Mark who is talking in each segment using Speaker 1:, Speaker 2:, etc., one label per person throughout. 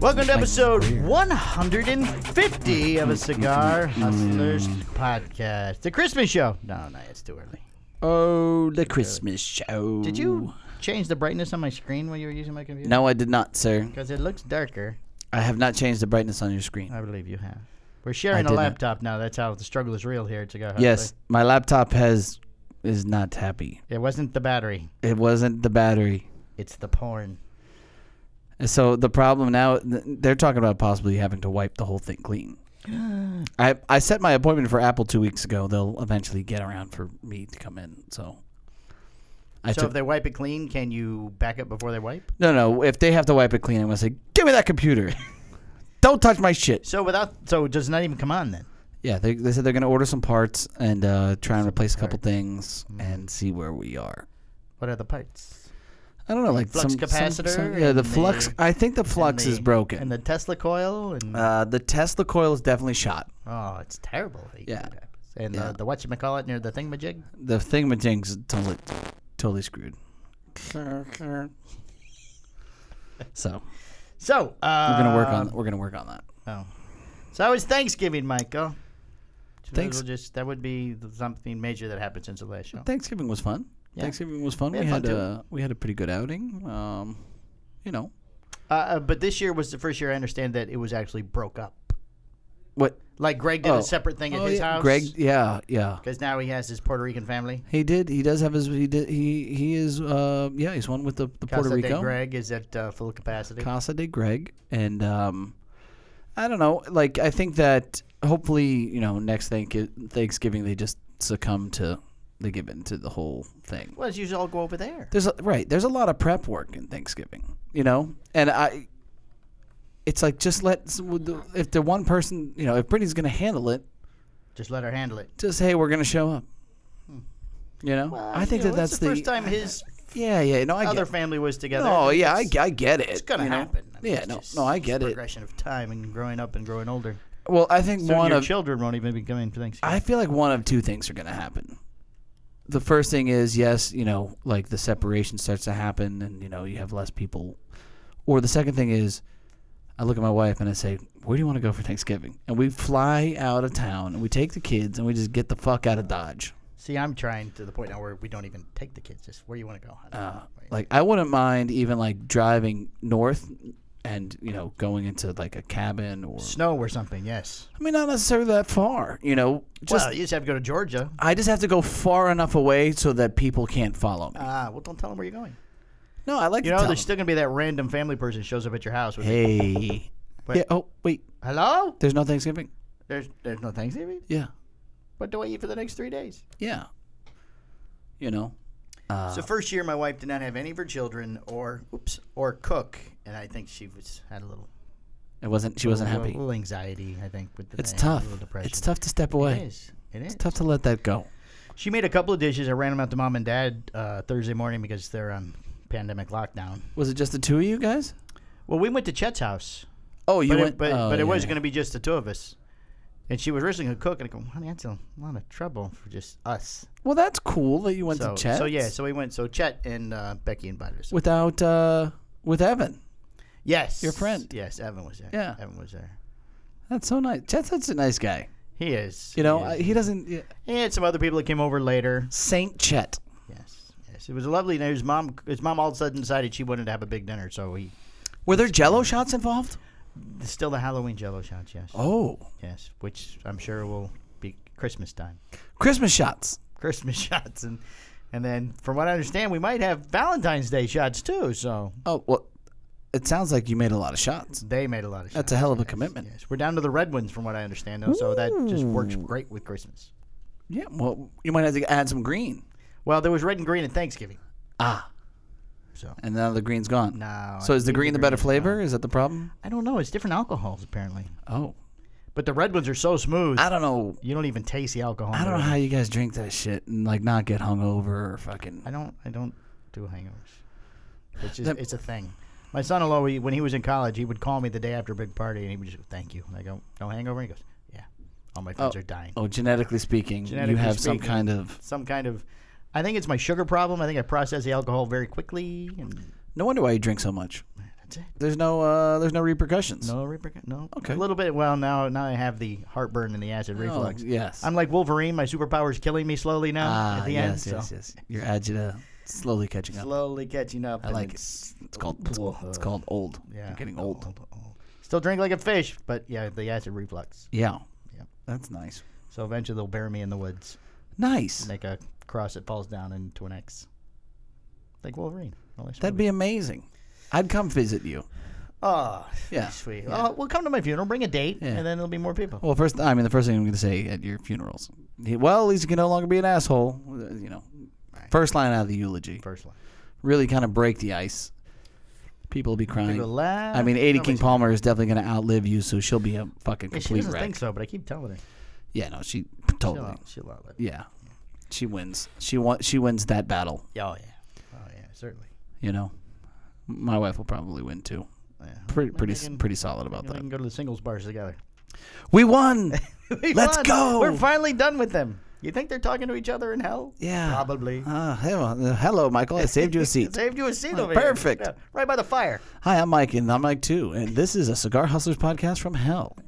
Speaker 1: Welcome to episode 150 of a Cigar Hustlers podcast. The Christmas show. No, no, it's too early.
Speaker 2: Oh, the Christmas show.
Speaker 1: Did you change the brightness on my screen when you were using my computer?
Speaker 2: No, I did not, sir.
Speaker 1: Because it looks darker.
Speaker 2: I have not changed the brightness on your screen.
Speaker 1: I believe you have. We're sharing a
Speaker 2: didn't.
Speaker 1: laptop now. That's how the struggle is real here at Cigar Hustler.
Speaker 2: Yes, my laptop has is not happy.
Speaker 1: It wasn't the battery,
Speaker 2: It wasn't the battery.
Speaker 1: it's the porn.
Speaker 2: So the problem now th- they're talking about possibly having to wipe the whole thing clean. I I set my appointment for Apple 2 weeks ago. They'll eventually get around for me to come in. So I
Speaker 1: So
Speaker 2: took
Speaker 1: if they wipe it clean, can you back up before they wipe?
Speaker 2: No, no, if they have to wipe it clean, I'm going to say, "Give me that computer." Don't touch my shit.
Speaker 1: So without, so it does not even come on then.
Speaker 2: Yeah, they, they said they're going to order some parts and uh, try and replace a couple things and see where we are.
Speaker 1: What are the parts?
Speaker 2: I don't know, like
Speaker 1: Flux
Speaker 2: some some-
Speaker 1: capacitor
Speaker 2: some- yeah, the
Speaker 1: and
Speaker 2: flux.
Speaker 1: the-
Speaker 2: I think the flux
Speaker 1: And
Speaker 2: is
Speaker 1: the-
Speaker 2: broken.
Speaker 1: And the Tesla coil and
Speaker 2: uh, the Tesla coil is definitely shot.
Speaker 1: oh, it's terrible. that you
Speaker 2: Yeah.
Speaker 1: do that. And
Speaker 2: Yeah.
Speaker 1: the, the what you call it near the thingamajig.
Speaker 2: The thingamajigs totally totally screwed. so
Speaker 1: So uh,
Speaker 2: we're gonna work on we're gonna work on that.
Speaker 1: Oh. So that was Thanksgiving, Michael. So
Speaker 2: Thanks-
Speaker 1: those will Just that would be something major that happened since the last show.
Speaker 2: Thanksgiving was fun.
Speaker 1: Yeah.
Speaker 2: Thanksgiving was fun.
Speaker 1: We
Speaker 2: We,
Speaker 1: had
Speaker 2: had,
Speaker 1: fun, too.
Speaker 2: uh, we had a pretty good outing. Um, you know
Speaker 1: Uh, uh, but this year was the first year I understand that it was actually broke up.
Speaker 2: what?
Speaker 1: Like Greg did
Speaker 2: Oh.
Speaker 1: a separate thing at
Speaker 2: Oh,
Speaker 1: his
Speaker 2: yeah,
Speaker 1: house.
Speaker 2: Greg, yeah, yeah.
Speaker 1: because now he has his Puerto Rican family.
Speaker 2: He did. He does have his. He did. He he is. Uh, yeah, he's one with the, the Puerto
Speaker 1: Casa de
Speaker 2: Rico
Speaker 1: Greg is at uh, full capacity.
Speaker 2: Casa de Greg, and um, I don't know. Like I think that hopefully you know next thank- Thanksgiving they just succumb to they give in to the whole thing.
Speaker 1: well, it's usually all go over there.
Speaker 2: There's a, right. There's a lot of prep work in Thanksgiving, you know, and I. It's like just let s- with the- if the one person you know if Brittany's gonna handle it,
Speaker 1: Just let her handle it.
Speaker 2: just hey we're gonna show up. You know,
Speaker 1: Hmm. Well,
Speaker 2: I think
Speaker 1: you
Speaker 2: that
Speaker 1: know,
Speaker 2: that's
Speaker 1: it's the, first time his
Speaker 2: Yeah, yeah. No, I
Speaker 1: other
Speaker 2: get.
Speaker 1: family was together.
Speaker 2: No, yeah, I,
Speaker 1: It's-
Speaker 2: g- I get it.
Speaker 1: It's gonna
Speaker 2: you know?
Speaker 1: happen. I mean,
Speaker 2: yeah,
Speaker 1: it's
Speaker 2: no,
Speaker 1: just-
Speaker 2: no, I
Speaker 1: it's
Speaker 2: get it.
Speaker 1: Progression of time and growing up and growing older.
Speaker 2: Well, I think
Speaker 1: Soon
Speaker 2: one
Speaker 1: your
Speaker 2: of
Speaker 1: children won't even be coming for Thanksgiving.
Speaker 2: I feel like one of two things are gonna happen. The first thing is yes, you know, like the separation starts to happen, and you know you have less people. Or the second thing is, I look at my wife and I say, "Where do you want to go for Thanksgiving?" And we fly out of town, and we take the kids, and we just get the fuck out of Dodge.
Speaker 1: See, I'm trying to the point now where we don't even take the kids. Just where you want to go. I
Speaker 2: Uh,
Speaker 1: don't know. Wait.
Speaker 2: Like I wouldn't mind even like driving north, and you know going into like a cabin or
Speaker 1: snow or something. Yes.
Speaker 2: I mean, not necessarily that far. You know, just
Speaker 1: well, you just have to go to Georgia.
Speaker 2: I just have to go far enough away so that people can't follow me.
Speaker 1: Ah, well, don't tell them where you're going.
Speaker 2: No, I like
Speaker 1: You
Speaker 2: to
Speaker 1: know,
Speaker 2: tell
Speaker 1: there's
Speaker 2: them.
Speaker 1: still gonna be that random family person shows up at your house. With
Speaker 2: Hey.
Speaker 1: Wait.
Speaker 2: Yeah. Oh, wait.
Speaker 1: Hello?
Speaker 2: There's no Thanksgiving.
Speaker 1: There's there's no Thanksgiving.
Speaker 2: Yeah.
Speaker 1: What do I eat for the next three days?
Speaker 2: Yeah. You know. Uh,
Speaker 1: so first year, my wife did not have any of her children or oops or cook, and I think she was had a little
Speaker 2: It wasn't. She wasn't happy.
Speaker 1: A little anxiety, I think. With the
Speaker 2: It's
Speaker 1: thing,
Speaker 2: tough.
Speaker 1: A little depression.
Speaker 2: It's tough to step
Speaker 1: It
Speaker 2: away.
Speaker 1: is. It is.
Speaker 2: It's tough to let that go.
Speaker 1: She made a couple of dishes. I ran them out to mom and dad uh, Thursday morning because they're on pandemic lockdown.
Speaker 2: Was it just the two of you guys?
Speaker 1: Well, we went to Chet's house,
Speaker 2: Oh, you
Speaker 1: but
Speaker 2: went.
Speaker 1: it, but,
Speaker 2: oh,
Speaker 1: but it
Speaker 2: yeah,
Speaker 1: was
Speaker 2: yeah.
Speaker 1: going to be just the two of us. And she was originally going to cook, and I go, honey, that's a lot of trouble for just us.
Speaker 2: Well, that's cool that you went
Speaker 1: So,
Speaker 2: to Chet.
Speaker 1: so yeah, so we went. So Chet and uh, Becky invited us.
Speaker 2: without uh, with Evan.
Speaker 1: yes,
Speaker 2: your friend.
Speaker 1: Yes, Evan was there.
Speaker 2: Yeah.
Speaker 1: Evan was there.
Speaker 2: That's so nice. Chet's such a nice guy.
Speaker 1: He is.
Speaker 2: You know,
Speaker 1: he,
Speaker 2: I,
Speaker 1: is.
Speaker 2: he doesn't. Yeah.
Speaker 1: he had some other people that came over later.
Speaker 2: Saint Chet.
Speaker 1: Yes, yes. It was lovely. And his mom, his mom all of a sudden decided she wanted to have a big dinner, so he
Speaker 2: Were there Jello shots involved?
Speaker 1: still the Halloween Jello shots. Yes,
Speaker 2: Oh,
Speaker 1: yes, which I'm sure will be Christmas time,
Speaker 2: Christmas shots.
Speaker 1: Christmas shots, and and then from what I understand, we might have Valentine's Day shots too. So
Speaker 2: Oh well, it sounds like you made a lot of shots.
Speaker 1: they made a lot of shots.
Speaker 2: That's a hell of a commitment.
Speaker 1: Yes, we're down to the red ones from what I understand, though. So that just works great with Christmas.
Speaker 2: Yeah. Well, you might have to add some green.
Speaker 1: Well, there was red and green at Thanksgiving.
Speaker 2: Ah,
Speaker 1: So
Speaker 2: and now the green's gone.
Speaker 1: No,
Speaker 2: So
Speaker 1: I
Speaker 2: is the
Speaker 1: think
Speaker 2: green
Speaker 1: the
Speaker 2: the better
Speaker 1: green is
Speaker 2: flavor? Is that the problem?
Speaker 1: I don't know. It's different alcohols apparently,
Speaker 2: Oh,
Speaker 1: but the red ones are so smooth.
Speaker 2: I don't know.
Speaker 1: you don't even taste the alcohol.
Speaker 2: I
Speaker 1: in
Speaker 2: don't
Speaker 1: the
Speaker 2: know
Speaker 1: red
Speaker 2: how you guys drink that shit and like not get hungover or fucking.
Speaker 1: I don't. I don't do hangovers. It's just
Speaker 2: That-
Speaker 1: it's a thing. My son-in-law, he, when he was in college, he would call me the day after a big party, and he would just go, "Thank you." And I go, "No hangover." And he goes, "Yeah, all my friends are dying."
Speaker 2: Oh, genetically speaking,
Speaker 1: Genetically
Speaker 2: you have
Speaker 1: speaking.
Speaker 2: some kind of.
Speaker 1: Some kind of, I think it's my sugar problem. I think I process the alcohol very quickly, and
Speaker 2: No wonder why you drink so much.
Speaker 1: I That's it.
Speaker 2: There's no uh, there's no repercussions.
Speaker 1: No repercussion. No.
Speaker 2: Okay.
Speaker 1: A little bit. Well, now now I have the heartburn and the acid
Speaker 2: Oh,
Speaker 1: reflux.
Speaker 2: yes.
Speaker 1: I'm like Wolverine. My superpower is killing me slowly now.
Speaker 2: ah,
Speaker 1: at the
Speaker 2: yes,
Speaker 1: end,
Speaker 2: yes,
Speaker 1: so
Speaker 2: yes. Your agita slowly catching up.
Speaker 1: slowly catching up.
Speaker 2: I
Speaker 1: and
Speaker 2: like it.
Speaker 1: it's- uh,
Speaker 2: It's called it's, it's called old.
Speaker 1: Yeah.
Speaker 2: You're getting old.
Speaker 1: Still drink like a fish, but yeah, the acid reflux.
Speaker 2: Yeah.
Speaker 1: Yep.
Speaker 2: That's nice.
Speaker 1: So eventually they'll bury me in the woods,
Speaker 2: Nice.
Speaker 1: make a cross that falls down into an X, like Wolverine. Well, that's
Speaker 2: That'd
Speaker 1: really-
Speaker 2: be amazing. I'd come visit you.
Speaker 1: oh
Speaker 2: Yeah,
Speaker 1: sweet.
Speaker 2: yeah.
Speaker 1: Oh, well, come to my funeral, bring a date,
Speaker 2: Yeah.
Speaker 1: and then there'll be more people.
Speaker 2: Well, first, I mean, the first thing I'm going to say at your funerals, he- well, at least you can no longer be an asshole. uh, You know,
Speaker 1: Right.
Speaker 2: first line out of the eulogy.
Speaker 1: First one.
Speaker 2: Really kind of break the ice. People will be
Speaker 1: People
Speaker 2: crying.
Speaker 1: laugh.
Speaker 2: I mean, 80
Speaker 1: Nobody's-
Speaker 2: King Palmer is definitely going to outlive you, so she'll be a fucking
Speaker 1: Yeah, She
Speaker 2: complete
Speaker 1: doesn't
Speaker 2: wreck.
Speaker 1: think so, but I keep telling her.
Speaker 2: Yeah, no, she totally.
Speaker 1: She'll, she'll outlive. it.
Speaker 2: Yeah, she wins. She won. She wins that battle.
Speaker 1: Yeah, Oh yeah. Oh yeah. Certainly.
Speaker 2: You know, my wife will probably win too.
Speaker 1: Yeah.
Speaker 2: Pretty,
Speaker 1: Maybe
Speaker 2: pretty,
Speaker 1: we can-
Speaker 2: pretty solid about
Speaker 1: maybe We
Speaker 2: that.
Speaker 1: can go to the singles bars together.
Speaker 2: We won.
Speaker 1: We
Speaker 2: Let's
Speaker 1: won!
Speaker 2: go!
Speaker 1: We're finally done with them. You think they're talking to each other in hell?
Speaker 2: Yeah.
Speaker 1: Probably.
Speaker 2: Ah, hello, hello, Michael. I saved you a seat.
Speaker 1: Saved you a seat
Speaker 2: Oh,
Speaker 1: over
Speaker 2: perfect.
Speaker 1: here. Yeah, Right by the fire.
Speaker 2: Hi, I'm Mike, and I'm Mike too, and this is a Cigar Hustlers podcast from hell.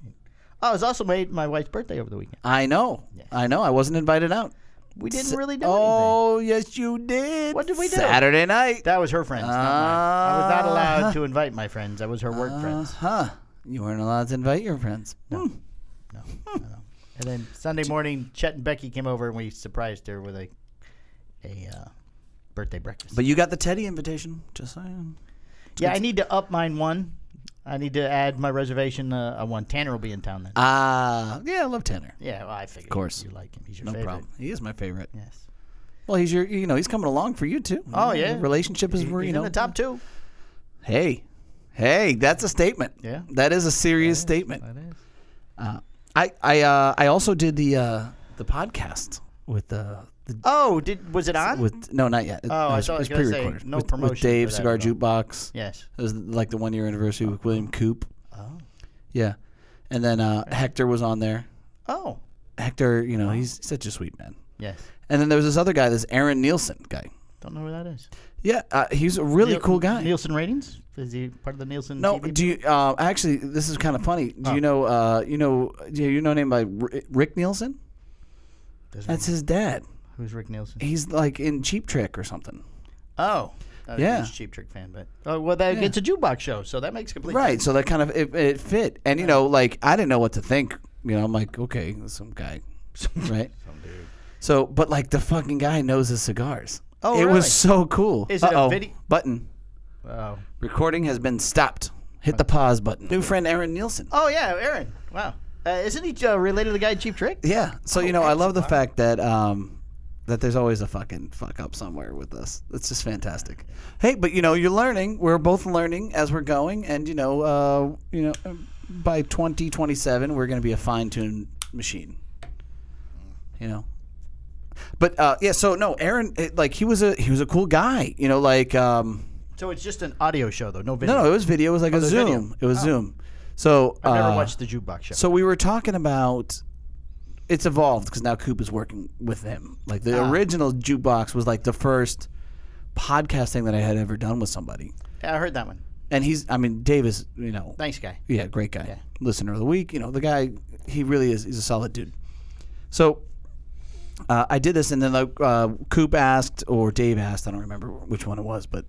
Speaker 1: Oh, it was also made my wife's birthday over the weekend.
Speaker 2: I know,
Speaker 1: Yes.
Speaker 2: I know. I wasn't invited out.
Speaker 1: We didn't
Speaker 2: S-
Speaker 1: really do anything.
Speaker 2: oh, yes, you did.
Speaker 1: What did we do?
Speaker 2: Saturday night.
Speaker 1: That was her friends, not mine. I was not
Speaker 2: Uh-huh.
Speaker 1: allowed to invite my friends. That was her work friends.
Speaker 2: Huh? Uh-huh. You weren't allowed to invite your friends. Hmm. No.
Speaker 1: No, I don't know. And then Sunday morning, Chet and Becky came over and we surprised her with a a uh, birthday breakfast.
Speaker 2: But you got the Teddy invitation. Just saying.
Speaker 1: yeah, I need to up mine one. I need to add my reservation uh, a one. Tanner will be in town then.
Speaker 2: Ah, yeah, I love Tanner.
Speaker 1: yeah, well, I figured. Of
Speaker 2: course.
Speaker 1: you like him. He's your
Speaker 2: No
Speaker 1: favorite.
Speaker 2: problem. He is my favorite.
Speaker 1: Yes.
Speaker 2: Well, he's your. You know, he's coming along for you too.
Speaker 1: Oh,
Speaker 2: You know,
Speaker 1: yeah.
Speaker 2: the relationship is
Speaker 1: He-
Speaker 2: where
Speaker 1: he's
Speaker 2: you know.
Speaker 1: in the top two.
Speaker 2: Hey, hey, that's a statement.
Speaker 1: Yeah.
Speaker 2: That is a serious statement.
Speaker 1: That is.
Speaker 2: Uh, I I uh, I also did the uh, the podcast with uh, the
Speaker 1: Oh, did was it on?
Speaker 2: with no not yet. It-
Speaker 1: Oh, I
Speaker 2: it's-
Speaker 1: thought I was
Speaker 2: it's
Speaker 1: gonna say,
Speaker 2: pre-recorded.
Speaker 1: no
Speaker 2: with,
Speaker 1: promotion
Speaker 2: with
Speaker 1: for
Speaker 2: Dave
Speaker 1: that
Speaker 2: Cigar
Speaker 1: at all.
Speaker 2: Jukebox.
Speaker 1: yes.
Speaker 2: It was like the one year anniversary with William Coop.
Speaker 1: Oh.
Speaker 2: Yeah, and then uh, Hector was on there.
Speaker 1: Oh.
Speaker 2: Hector, you know, he's such a sweet man.
Speaker 1: Yes.
Speaker 2: And then there was this other guy, this Aaron Nielsen guy.
Speaker 1: Don't know who that is.
Speaker 2: Yeah, uh, he's a really
Speaker 1: Niel-
Speaker 2: cool guy.
Speaker 1: Nielsen ratings? Is he part of the Nielsen?
Speaker 2: no,
Speaker 1: TV?
Speaker 2: do you uh, actually? This is kind of funny. Do
Speaker 1: Oh.
Speaker 2: you know? Uh, you know? Do you know a name by R- Rick Nielsen?
Speaker 1: Doesn't
Speaker 2: That's his dad.
Speaker 1: he? who's Rick Nielsen?
Speaker 2: He's like in Cheap Trick or something.
Speaker 1: Oh, I was
Speaker 2: Yeah.
Speaker 1: a huge Cheap Trick fan, but oh, well, that,
Speaker 2: Yeah.
Speaker 1: it's a jukebox show, so that makes complete
Speaker 2: Right.
Speaker 1: sense.
Speaker 2: So that kind of it, it fit, and you know, like I didn't know what to think. You know, I'm like, okay, there's some guy, right?
Speaker 1: Some dude.
Speaker 2: So, but like the fucking guy knows his cigars.
Speaker 1: Oh,
Speaker 2: it
Speaker 1: really?
Speaker 2: was so cool.
Speaker 1: Is it a
Speaker 2: Uh-oh.
Speaker 1: video-
Speaker 2: button?
Speaker 1: Oh.
Speaker 2: Recording has been stopped. Hit the pause button. New friend Aaron Nielsen.
Speaker 1: Oh yeah, Aaron. Wow. Uh, isn't he uh, related to the guy at Cheap Trick?
Speaker 2: Yeah. So you know, I love the fact that um, that there's always a fucking fuck up somewhere with us. That's just fantastic. Hey, but you know, you're learning. We're both learning as we're going, and you know, uh, you know, by 2027, we're going to be a fine-tuned machine. You know. But uh, yeah, so no, Aaron, it, like he was a he was a cool guy. You know, like. Um,
Speaker 1: So it's just an audio show though, no video.
Speaker 2: no, no, it was video. It was like a
Speaker 1: there's
Speaker 2: Zoom.
Speaker 1: Oh, video.
Speaker 2: It was Zoom. So
Speaker 1: I've never
Speaker 2: uh,
Speaker 1: watched the jukebox show.
Speaker 2: so we were talking about it's evolved because now Coop is working with him. Like the original jukebox was like the first podcast thing that I had ever done with somebody,
Speaker 1: yeah, I heard that one.
Speaker 2: and he's I mean Davis, you know,
Speaker 1: Thanks, guy.
Speaker 2: yeah, great guy, listener of the week. You know, the guy he really is. He's a solid dude. So. Uh, I did this, and then like uh, Coop asked, or Dave asked, I don't remember which one it was, but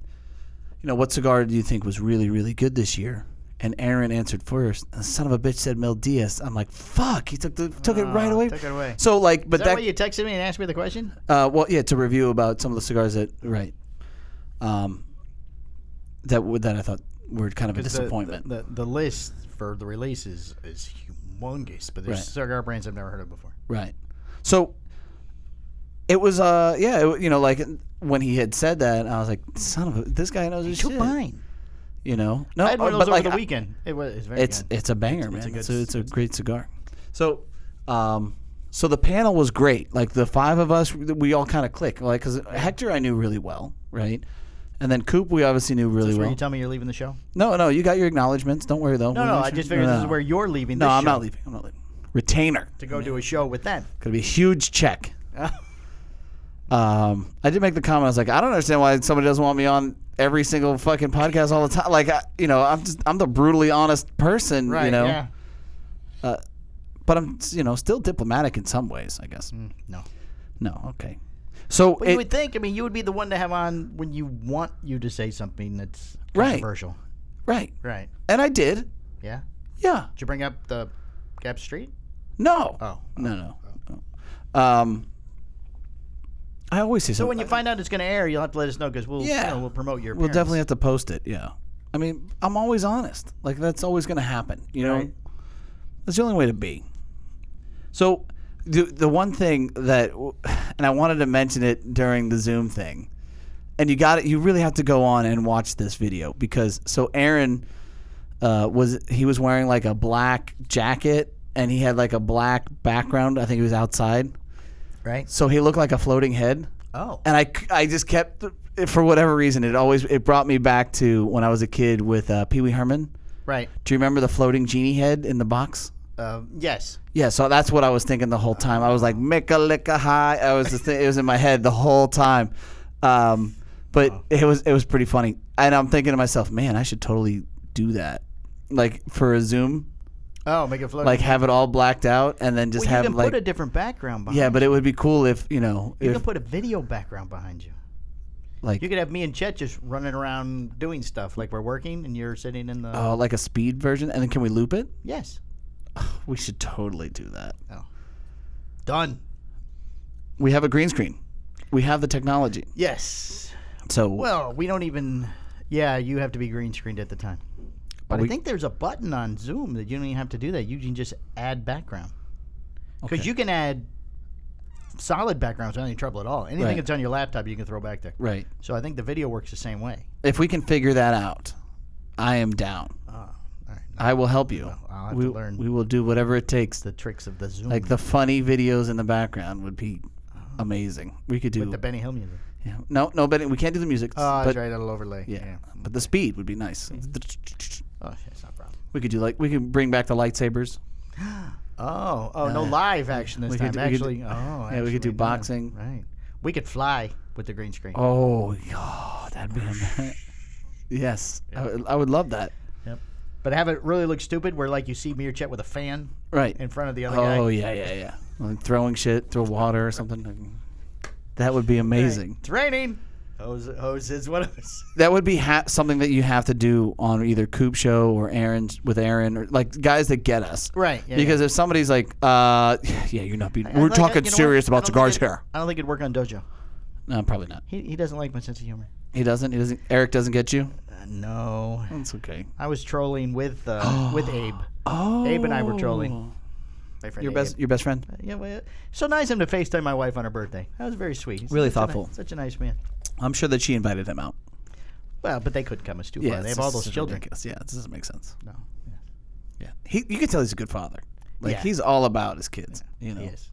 Speaker 2: you know, what cigar do you think was really, really good this year? And Aaron answered first. And the son of a bitch said Mel Diaz. I'm like, fuck. He took the took it right
Speaker 1: Oh,
Speaker 2: away.
Speaker 1: took it away.
Speaker 2: So like, but
Speaker 1: Is that,
Speaker 2: that,
Speaker 1: why you texted me and asked me the question?
Speaker 2: uh, well, yeah, to review about some of the cigars that right, um, that w- that I thought were kind of a
Speaker 1: The-
Speaker 2: disappointment.
Speaker 1: The, the, the list for the releases is humongous, but there's
Speaker 2: Right.
Speaker 1: cigar brands I've never heard of before.
Speaker 2: Right. So it was, uh, yeah, it, you know, like when he had said that, I was like, son of a, this guy knows his
Speaker 1: Took
Speaker 2: shit.
Speaker 1: mine.
Speaker 2: You know, no,
Speaker 1: I had one
Speaker 2: oh,
Speaker 1: of those
Speaker 2: but
Speaker 1: over
Speaker 2: like
Speaker 1: the
Speaker 2: I-
Speaker 1: weekend. It was it's very
Speaker 2: it's
Speaker 1: good.
Speaker 2: it's a banger, man. It's a,
Speaker 1: good
Speaker 2: it's, a, great cigar. So, um, so the panel was great. Like the five of us, we all kind of click. Like because Hector, I knew really well, right? And then Coop, we obviously knew really
Speaker 1: Is this where
Speaker 2: well.
Speaker 1: you tell me you're leaving the show?
Speaker 2: no, no, you got your acknowledgments. Don't worry though.
Speaker 1: No, no. I just figured this is where you're leaving.
Speaker 2: No,
Speaker 1: this
Speaker 2: I'm
Speaker 1: show
Speaker 2: not leaving. I'm not leaving. Retainer.
Speaker 1: to go do a show with them.
Speaker 2: Gonna be a huge check.
Speaker 1: Oh.
Speaker 2: Um, I did make the comment. I was like, I don't understand why somebody doesn't want me on every single fucking podcast all the time. Like, I, you know, I'm just I'm the brutally honest person.
Speaker 1: Right.
Speaker 2: you know,
Speaker 1: Yeah.
Speaker 2: but I'm you know still diplomatic in some ways. I guess.
Speaker 1: No.
Speaker 2: No. Okay. So
Speaker 1: But
Speaker 2: it-
Speaker 1: Hmm. you would think. I mean, you would be the one to have on when you want you to say something that's
Speaker 2: Right.
Speaker 1: controversial.
Speaker 2: right,
Speaker 1: Right.
Speaker 2: and I did.
Speaker 1: Yeah.
Speaker 2: Yeah.
Speaker 1: Did you bring up the Gap Street?
Speaker 2: No.
Speaker 1: Oh.
Speaker 2: No. No. no. Um. I always see
Speaker 1: So when you find out it's going to air, you'll have to let us know because we'll
Speaker 2: Yeah.
Speaker 1: you know, we'll promote your.
Speaker 2: We'll
Speaker 1: appearance.
Speaker 2: definitely have to post it. Yeah. I mean, I'm always honest. Like that's always going to happen. You know,
Speaker 1: Right.
Speaker 2: that's the only way to be. So, the the one thing that, and I wanted to mention it during the Zoom thing, and you got it. You really have to go on and watch this video because so Aaron uh, was he was wearing like a black jacket and he had like a black background. I think he was outside,
Speaker 1: right.
Speaker 2: so he looked like a floating head
Speaker 1: Oh.
Speaker 2: and I, c- I just kept for whatever reason it always it brought me back to when I was a kid with uh, Pee Wee Herman.
Speaker 1: Right.
Speaker 2: Do you remember the floating genie head in the box?
Speaker 1: Um, yes.
Speaker 2: Yeah, so that's what I was thinking the whole time. I was like, "Micka licka high." I was just it was in my head the whole time, um, but it was it was pretty funny. And I'm thinking to myself, "Man, I should totally do that, like for a Zoom,
Speaker 1: Oh, make it float.
Speaker 2: like have it all blacked out, and then just
Speaker 1: well, you
Speaker 2: have
Speaker 1: can
Speaker 2: like
Speaker 1: put a different background behind.
Speaker 2: yeah." But it would be cool if you know
Speaker 1: you
Speaker 2: if
Speaker 1: can put a video background behind you.
Speaker 2: like
Speaker 1: You could have me and Chet just running around doing stuff like we're working and you're sitting in the.
Speaker 2: uh, like a speed version, and then can we loop it?
Speaker 1: Yes.
Speaker 2: We should totally do that.
Speaker 1: Done.
Speaker 2: We have a green screen. We have the technology.
Speaker 1: Yes.
Speaker 2: So
Speaker 1: Well, we don't even. Yeah, you have to be green screened at the time. But I think there's a button on Zoom that you don't even have to do that. You can just add background. Because
Speaker 2: Okay.
Speaker 1: you can add solid backgrounds without any trouble at all. Anything
Speaker 2: Right.
Speaker 1: that's on your laptop, you can throw back there.
Speaker 2: right.
Speaker 1: So I think the video works the same way.
Speaker 2: If we can figure that out, I am down.
Speaker 1: Oh, all right.
Speaker 2: I will help you.
Speaker 1: I'll have
Speaker 2: we,
Speaker 1: to learn
Speaker 2: we will do whatever it takes.
Speaker 1: the tricks of the Zoom.
Speaker 2: like the funny videos in the background would be amazing. We could do
Speaker 1: the Benny Hill music.
Speaker 2: yeah. no, no, but we can't do the music.
Speaker 1: Oh,
Speaker 2: but
Speaker 1: that's Mm-hmm. right. That'll overlay.
Speaker 2: yeah,
Speaker 1: yeah.
Speaker 2: but the speed would be nice.
Speaker 1: Oh, shit, it's not a problem.
Speaker 2: We could do like we could bring back the lightsabers.
Speaker 1: Oh, oh, no live action this
Speaker 2: Uh, we
Speaker 1: time.
Speaker 2: could do- we could do-
Speaker 1: actually, oh,
Speaker 2: yeah, we could do
Speaker 1: actually,
Speaker 2: boxing.
Speaker 1: Right. We could fly with the green screen.
Speaker 2: Oh, God, that'd be amazing. yes, I, would- I would love that.
Speaker 1: Yep. But have it really look stupid where, like, you see me or Chet with a fan
Speaker 2: Right.
Speaker 1: in front of the other guy.
Speaker 2: Oh yeah, yeah, yeah. Like throwing shit, throw water or something. That would be amazing.
Speaker 1: It's raining. Hose, hose is one of us.
Speaker 2: That would be ha- something that you have to do on either Coop Show or Aaron with Aaron or like guys that get us.
Speaker 1: Right, yeah,
Speaker 2: because if somebody's like, uh, yeah, you're not. Be- we're talking serious about cigars here.
Speaker 1: I don't think it'd work on Dojo.
Speaker 2: No, probably not.
Speaker 1: He, he doesn't like my sense of humor.
Speaker 2: He doesn't. He doesn't. Eric doesn't get you.
Speaker 1: Uh, no.
Speaker 2: That's okay.
Speaker 1: I was trolling with uh, with Abe.
Speaker 2: Oh,
Speaker 1: Abe and I were trolling. My friend
Speaker 2: Your
Speaker 1: Abe. Uh,
Speaker 2: best. Your best friend.
Speaker 1: Yeah, well, so nice of him to FaceTime my wife on her birthday. That was very sweet. He's
Speaker 2: Really
Speaker 1: such a ni-
Speaker 2: thoughtful.
Speaker 1: such a nice man.
Speaker 2: I'm sure that she invited him out.
Speaker 1: Well, but they could come as too
Speaker 2: Yeah,
Speaker 1: far. They
Speaker 2: it's
Speaker 1: have all
Speaker 2: just
Speaker 1: those children.
Speaker 2: ridiculous. Yeah, this doesn't make sense.
Speaker 1: No, yeah,
Speaker 2: Yeah, he. You can tell he's a good father. Like
Speaker 1: Yeah.
Speaker 2: he's all about his kids. You know.
Speaker 1: he is.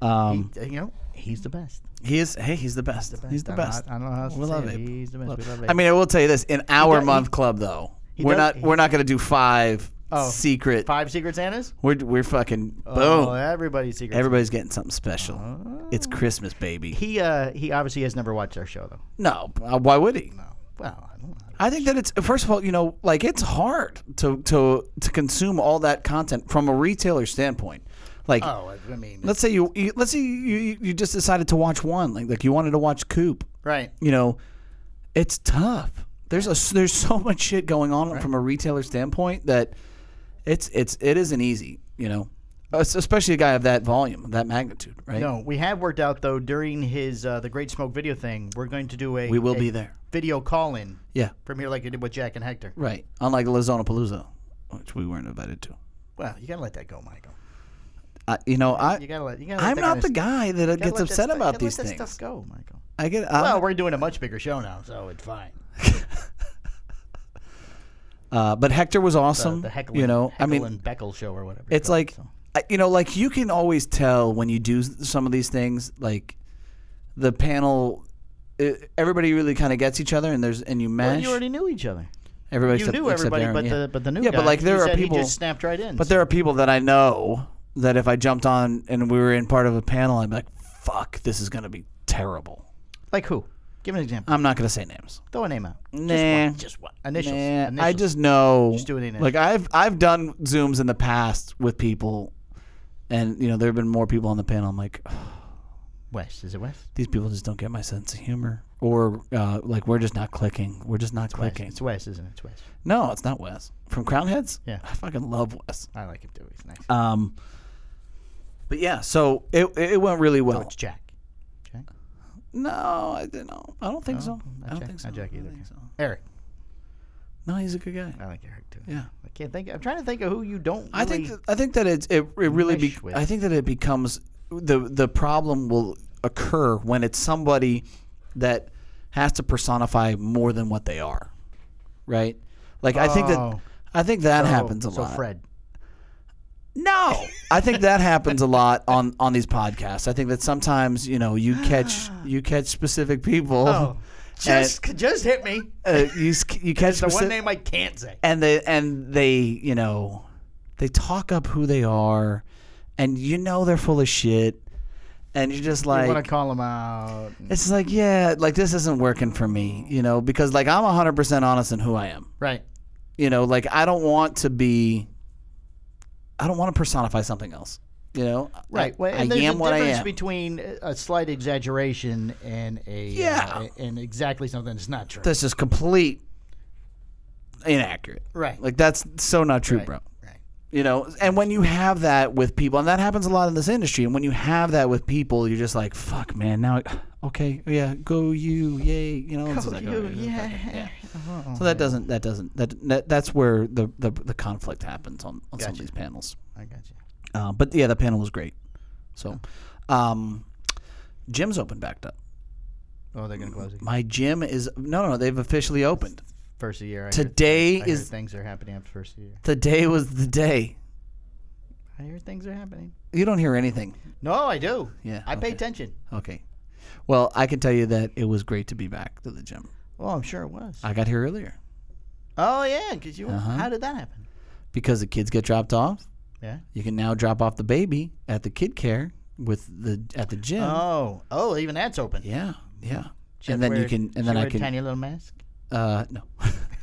Speaker 2: Um,
Speaker 1: He- uh, you know, he's the best.
Speaker 2: He is. Hey, he's the best. He's the
Speaker 1: I don't know
Speaker 2: best.
Speaker 1: how- I don't know how else
Speaker 2: We
Speaker 1: to
Speaker 2: love
Speaker 1: say it.
Speaker 2: Abe.
Speaker 1: He's the best.
Speaker 2: Love-
Speaker 1: We love
Speaker 2: I
Speaker 1: Abe.
Speaker 2: mean, I will tell you this: in our
Speaker 1: does-
Speaker 2: month club, though,
Speaker 1: he
Speaker 2: we're
Speaker 1: does-
Speaker 2: not
Speaker 1: he-
Speaker 2: we're not going to do five
Speaker 1: Oh.
Speaker 2: secret.
Speaker 1: Five Secret Santas.
Speaker 2: We're we're fucking
Speaker 1: Oh,
Speaker 2: boom.
Speaker 1: everybody's secret.
Speaker 2: Everybody's getting something special. It's Christmas, baby.
Speaker 1: He uh he obviously has never watched our show though.
Speaker 2: no, uh, why would he?
Speaker 1: No. Well, I don't know.
Speaker 2: I think that it's first of all, you know, like it's hard to to to consume all that content from a retailer standpoint. Like,
Speaker 1: Oh, I mean,
Speaker 2: let's say you, you let's say you, you you just decided to watch one, like like you wanted to watch Coop.
Speaker 1: right.
Speaker 2: you know, it's tough. There's a there's so much shit going on from a retailer standpoint that it's it's it isn't easy, you know, Es- especially a guy of that volume, that magnitude, right?
Speaker 1: No, we have worked out though during his uh, the Great Smoke video thing. We're going to do a
Speaker 2: We will
Speaker 1: a
Speaker 2: be there.
Speaker 1: video call in
Speaker 2: Yeah,
Speaker 1: from here like you did with Jack and Hector.
Speaker 2: right. Unlike Lazona Palooza, which we weren't invited to.
Speaker 1: Well, you gotta let that go, Michael.
Speaker 2: I, you know,
Speaker 1: You
Speaker 2: I
Speaker 1: gotta let. You gotta let
Speaker 2: I'm
Speaker 1: that
Speaker 2: not
Speaker 1: kinda
Speaker 2: the guy that uh,
Speaker 1: Gotta
Speaker 2: gets
Speaker 1: let that
Speaker 2: upset
Speaker 1: stuff-
Speaker 2: about
Speaker 1: gotta
Speaker 2: these
Speaker 1: let
Speaker 2: things.
Speaker 1: That stuff go, Michael.
Speaker 2: I get.
Speaker 1: Well,
Speaker 2: I'm-
Speaker 1: we're doing a much bigger show now, so it's fine.
Speaker 2: uh, but Hector was awesome.
Speaker 1: the heckling,
Speaker 2: you know, I
Speaker 1: heckle
Speaker 2: mean,
Speaker 1: and Beckel show or whatever.
Speaker 2: It's
Speaker 1: called,
Speaker 2: like,
Speaker 1: so.
Speaker 2: I- you know, like you can always tell when you do s- some of these things, like the panel, i everybody really kind of gets each other, and there's and you
Speaker 1: Well,
Speaker 2: mesh.
Speaker 1: you already knew each other.
Speaker 2: everybody
Speaker 1: you
Speaker 2: except-
Speaker 1: knew
Speaker 2: except
Speaker 1: everybody,
Speaker 2: Aaron,
Speaker 1: but
Speaker 2: yeah.
Speaker 1: the but the new
Speaker 2: yeah,
Speaker 1: guy.
Speaker 2: but like
Speaker 1: he
Speaker 2: there are
Speaker 1: said
Speaker 2: people,
Speaker 1: he just snapped right in.
Speaker 2: but there are people that I know that if I jumped on and we were in part of a panel, I'm like, fuck, this is going to be terrible.
Speaker 1: Like who? Give an example.
Speaker 2: I'm not going to say names.
Speaker 1: Throw a name out.
Speaker 2: Nah.
Speaker 1: Just one. Just one. Initials.
Speaker 2: Nah,
Speaker 1: Initials.
Speaker 2: I just know.
Speaker 1: Just do it in
Speaker 2: like I've I've done zooms in the past with people, and you know there have been more people on the panel. I'm like,
Speaker 1: West. Is it West?
Speaker 2: these people just don't get my sense of humor, or uh, like we're just not clicking. We're just not
Speaker 1: West.
Speaker 2: clicking.
Speaker 1: It's West, isn't it? It's West.
Speaker 2: No, it's not Wes from Crown Heads.
Speaker 1: Yeah.
Speaker 2: I fucking love Wes.
Speaker 1: I like him too. He's nice.
Speaker 2: Um, but yeah, so it it went really
Speaker 1: oh,
Speaker 2: well.
Speaker 1: it's Jack. Jack.
Speaker 2: No, I didn't. know. I don't think
Speaker 1: No,
Speaker 2: so.
Speaker 1: not
Speaker 2: I don't
Speaker 1: Jack-
Speaker 2: think so.
Speaker 1: not Jack
Speaker 2: I don't
Speaker 1: either,
Speaker 2: think so.
Speaker 1: Eric.
Speaker 2: No, he's a good guy.
Speaker 1: I like Eric too.
Speaker 2: Yeah.
Speaker 1: I can't think. I'm trying to think of who you don't.
Speaker 2: I think
Speaker 1: really-
Speaker 2: that, I think that it's it, it really be,
Speaker 1: mesh with.
Speaker 2: I think that it becomes the the problem will occur when it's somebody that has to personify more than what they are, right? Like I think that
Speaker 1: Oh.
Speaker 2: I think that
Speaker 1: Oh,
Speaker 2: happens a
Speaker 1: so
Speaker 2: lot.
Speaker 1: Fred.
Speaker 2: No, I think that happens a lot on on these podcasts. I think that sometimes you know you catch you catch specific people.
Speaker 1: Oh, just just hit me.
Speaker 2: Uh, you s- you catch
Speaker 1: The one
Speaker 2: specific-
Speaker 1: name I can't say.
Speaker 2: and they and they you know they talk up who they are and you know they're full of shit and you're just
Speaker 1: I
Speaker 2: like
Speaker 1: want to call him out.
Speaker 2: it's like yeah like this isn't working for me you know because like i'm 100% honest in who i am
Speaker 1: Right.
Speaker 2: you know like i don't want to be i don't want to personify something else you know
Speaker 1: Right.
Speaker 2: I,
Speaker 1: Well, and
Speaker 2: I
Speaker 1: there's
Speaker 2: am
Speaker 1: a
Speaker 2: what i
Speaker 1: difference
Speaker 2: am
Speaker 1: between a slight exaggeration and a uh,
Speaker 2: Yeah.
Speaker 1: and exactly something that's not true.
Speaker 2: that's just complete inaccurate
Speaker 1: right.
Speaker 2: like that's so not true bro
Speaker 1: right.
Speaker 2: You know, and when you have that with people, and that happens a lot in this industry, and when you have that with people, you're just like, fuck, man, now, I, okay, yeah, go you, yay, you know. it's
Speaker 1: Go
Speaker 2: like,
Speaker 1: you,
Speaker 2: okay,
Speaker 1: yeah.
Speaker 2: fucking, Oh, So that doesn't, that doesn't, that, that that's where the, the, the conflict happens on, on some of
Speaker 1: Gotcha.
Speaker 2: these panels.
Speaker 1: I got you.
Speaker 2: Uh, but yeah, the panel was great. So, um, gym's open backed up.
Speaker 1: Oh, they're gonna close it.
Speaker 2: My gym is, no, no, they've officially opened.
Speaker 1: First of the year. I heard-
Speaker 2: Today
Speaker 1: I heard
Speaker 2: is,
Speaker 1: things are happening after first of the year.
Speaker 2: the day was the day.
Speaker 1: I hear things are happening.
Speaker 2: You don't hear anything.
Speaker 1: No, I do.
Speaker 2: Yeah,
Speaker 1: I pay
Speaker 2: okay.
Speaker 1: attention.
Speaker 2: Okay. Well, I can tell you that it was great to be back to the gym.
Speaker 1: Oh, I'm sure it was.
Speaker 2: I got here earlier
Speaker 1: oh yeah, because you.
Speaker 2: Uh-huh.
Speaker 1: How did that happen?
Speaker 2: because the kids get dropped off.
Speaker 1: Yeah.
Speaker 2: You can now drop off the baby at the kid care with the at the gym.
Speaker 1: Oh, oh, even that's open.
Speaker 2: yeah, yeah.
Speaker 1: She had
Speaker 2: and
Speaker 1: to
Speaker 2: then you
Speaker 1: wear-
Speaker 2: can,
Speaker 1: she
Speaker 2: and then I
Speaker 1: wear a
Speaker 2: can.
Speaker 1: tiny little mask.
Speaker 2: uh, no,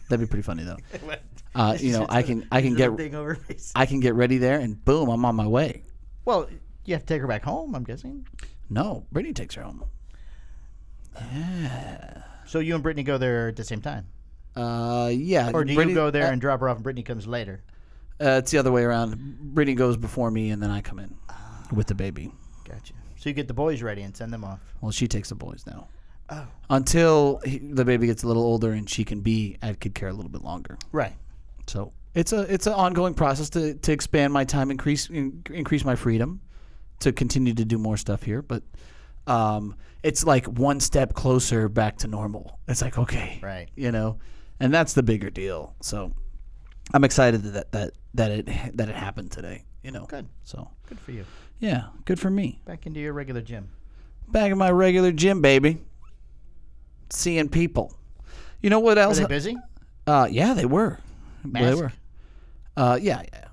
Speaker 2: that'd be pretty funny though.
Speaker 1: What?
Speaker 2: Uh, you know, I can, I can get,
Speaker 1: thing over her face.
Speaker 2: I can get ready there, and boom, I'm on my way.
Speaker 1: Well, you have to take her back home. I'm guessing.
Speaker 2: No, Brittany takes her home.
Speaker 1: So you and Brittany go there at the same time,
Speaker 2: Uh, yeah.
Speaker 1: or do
Speaker 2: Brittany-
Speaker 1: you go there
Speaker 2: uh,
Speaker 1: and drop her off, and Brittany comes later?
Speaker 2: Uh, it's the other way around. Brittany goes before me, and then I come in
Speaker 1: Ah.
Speaker 2: with the baby.
Speaker 1: Gotcha. So you get the boys ready and send them off.
Speaker 2: Well, she takes the boys now.
Speaker 1: Oh.
Speaker 2: Until he, the baby gets a little older and she can be at kid care a little bit longer.
Speaker 1: Right.
Speaker 2: So it's a it's an ongoing process to, to expand my time, increase in, increase my freedom, to continue to do more stuff here. But um, it's like one step closer back to normal. It's like okay,
Speaker 1: Right.
Speaker 2: You know, and that's the bigger deal. So I'm excited that that that it that it happened today. You know,
Speaker 1: Good.
Speaker 2: So
Speaker 1: Good for you.
Speaker 2: yeah, good for me.
Speaker 1: Back into your regular gym.
Speaker 2: back in my regular gym, baby. Seeing people. You know what
Speaker 1: Are
Speaker 2: else?
Speaker 1: they busy?
Speaker 2: Uh, yeah, they were. They
Speaker 1: Mask?
Speaker 2: were. Uh, yeah, yeah.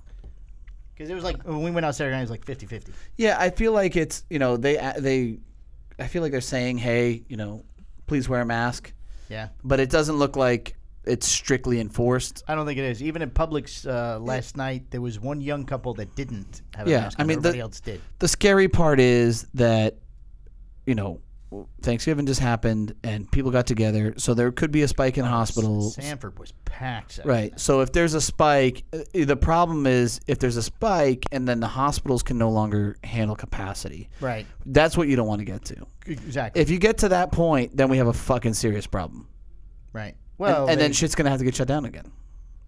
Speaker 1: Because it was like when we went out Saturday night, it was like 50-50.
Speaker 2: Yeah, I feel like it's you know they uh, they, I feel like they're saying hey you know please wear a mask,
Speaker 1: Yeah.
Speaker 2: but it doesn't look like it's strictly enforced.
Speaker 1: I don't think it is. Even in Publix uh, last night, there was one young couple that didn't have a
Speaker 2: Yeah,
Speaker 1: mask.
Speaker 2: I
Speaker 1: on.
Speaker 2: mean, the-
Speaker 1: everybody else did.
Speaker 2: The scary part is that, you know. Thanksgiving just happened, and people got together, so there could be a spike in
Speaker 1: Oh,
Speaker 2: hospitals.
Speaker 1: Sanford was packed. Saturday
Speaker 2: Right. So if there's a spike, uh, the problem is if there's a spike and then the hospitals can no longer handle capacity.
Speaker 1: night. Right.
Speaker 2: That's what you don't want to get to.
Speaker 1: Exactly.
Speaker 2: If you get to that point, then we have a fucking serious problem.
Speaker 1: right.
Speaker 2: And,
Speaker 1: Well,
Speaker 2: and
Speaker 1: they,
Speaker 2: then shit's going to have to get shut down again.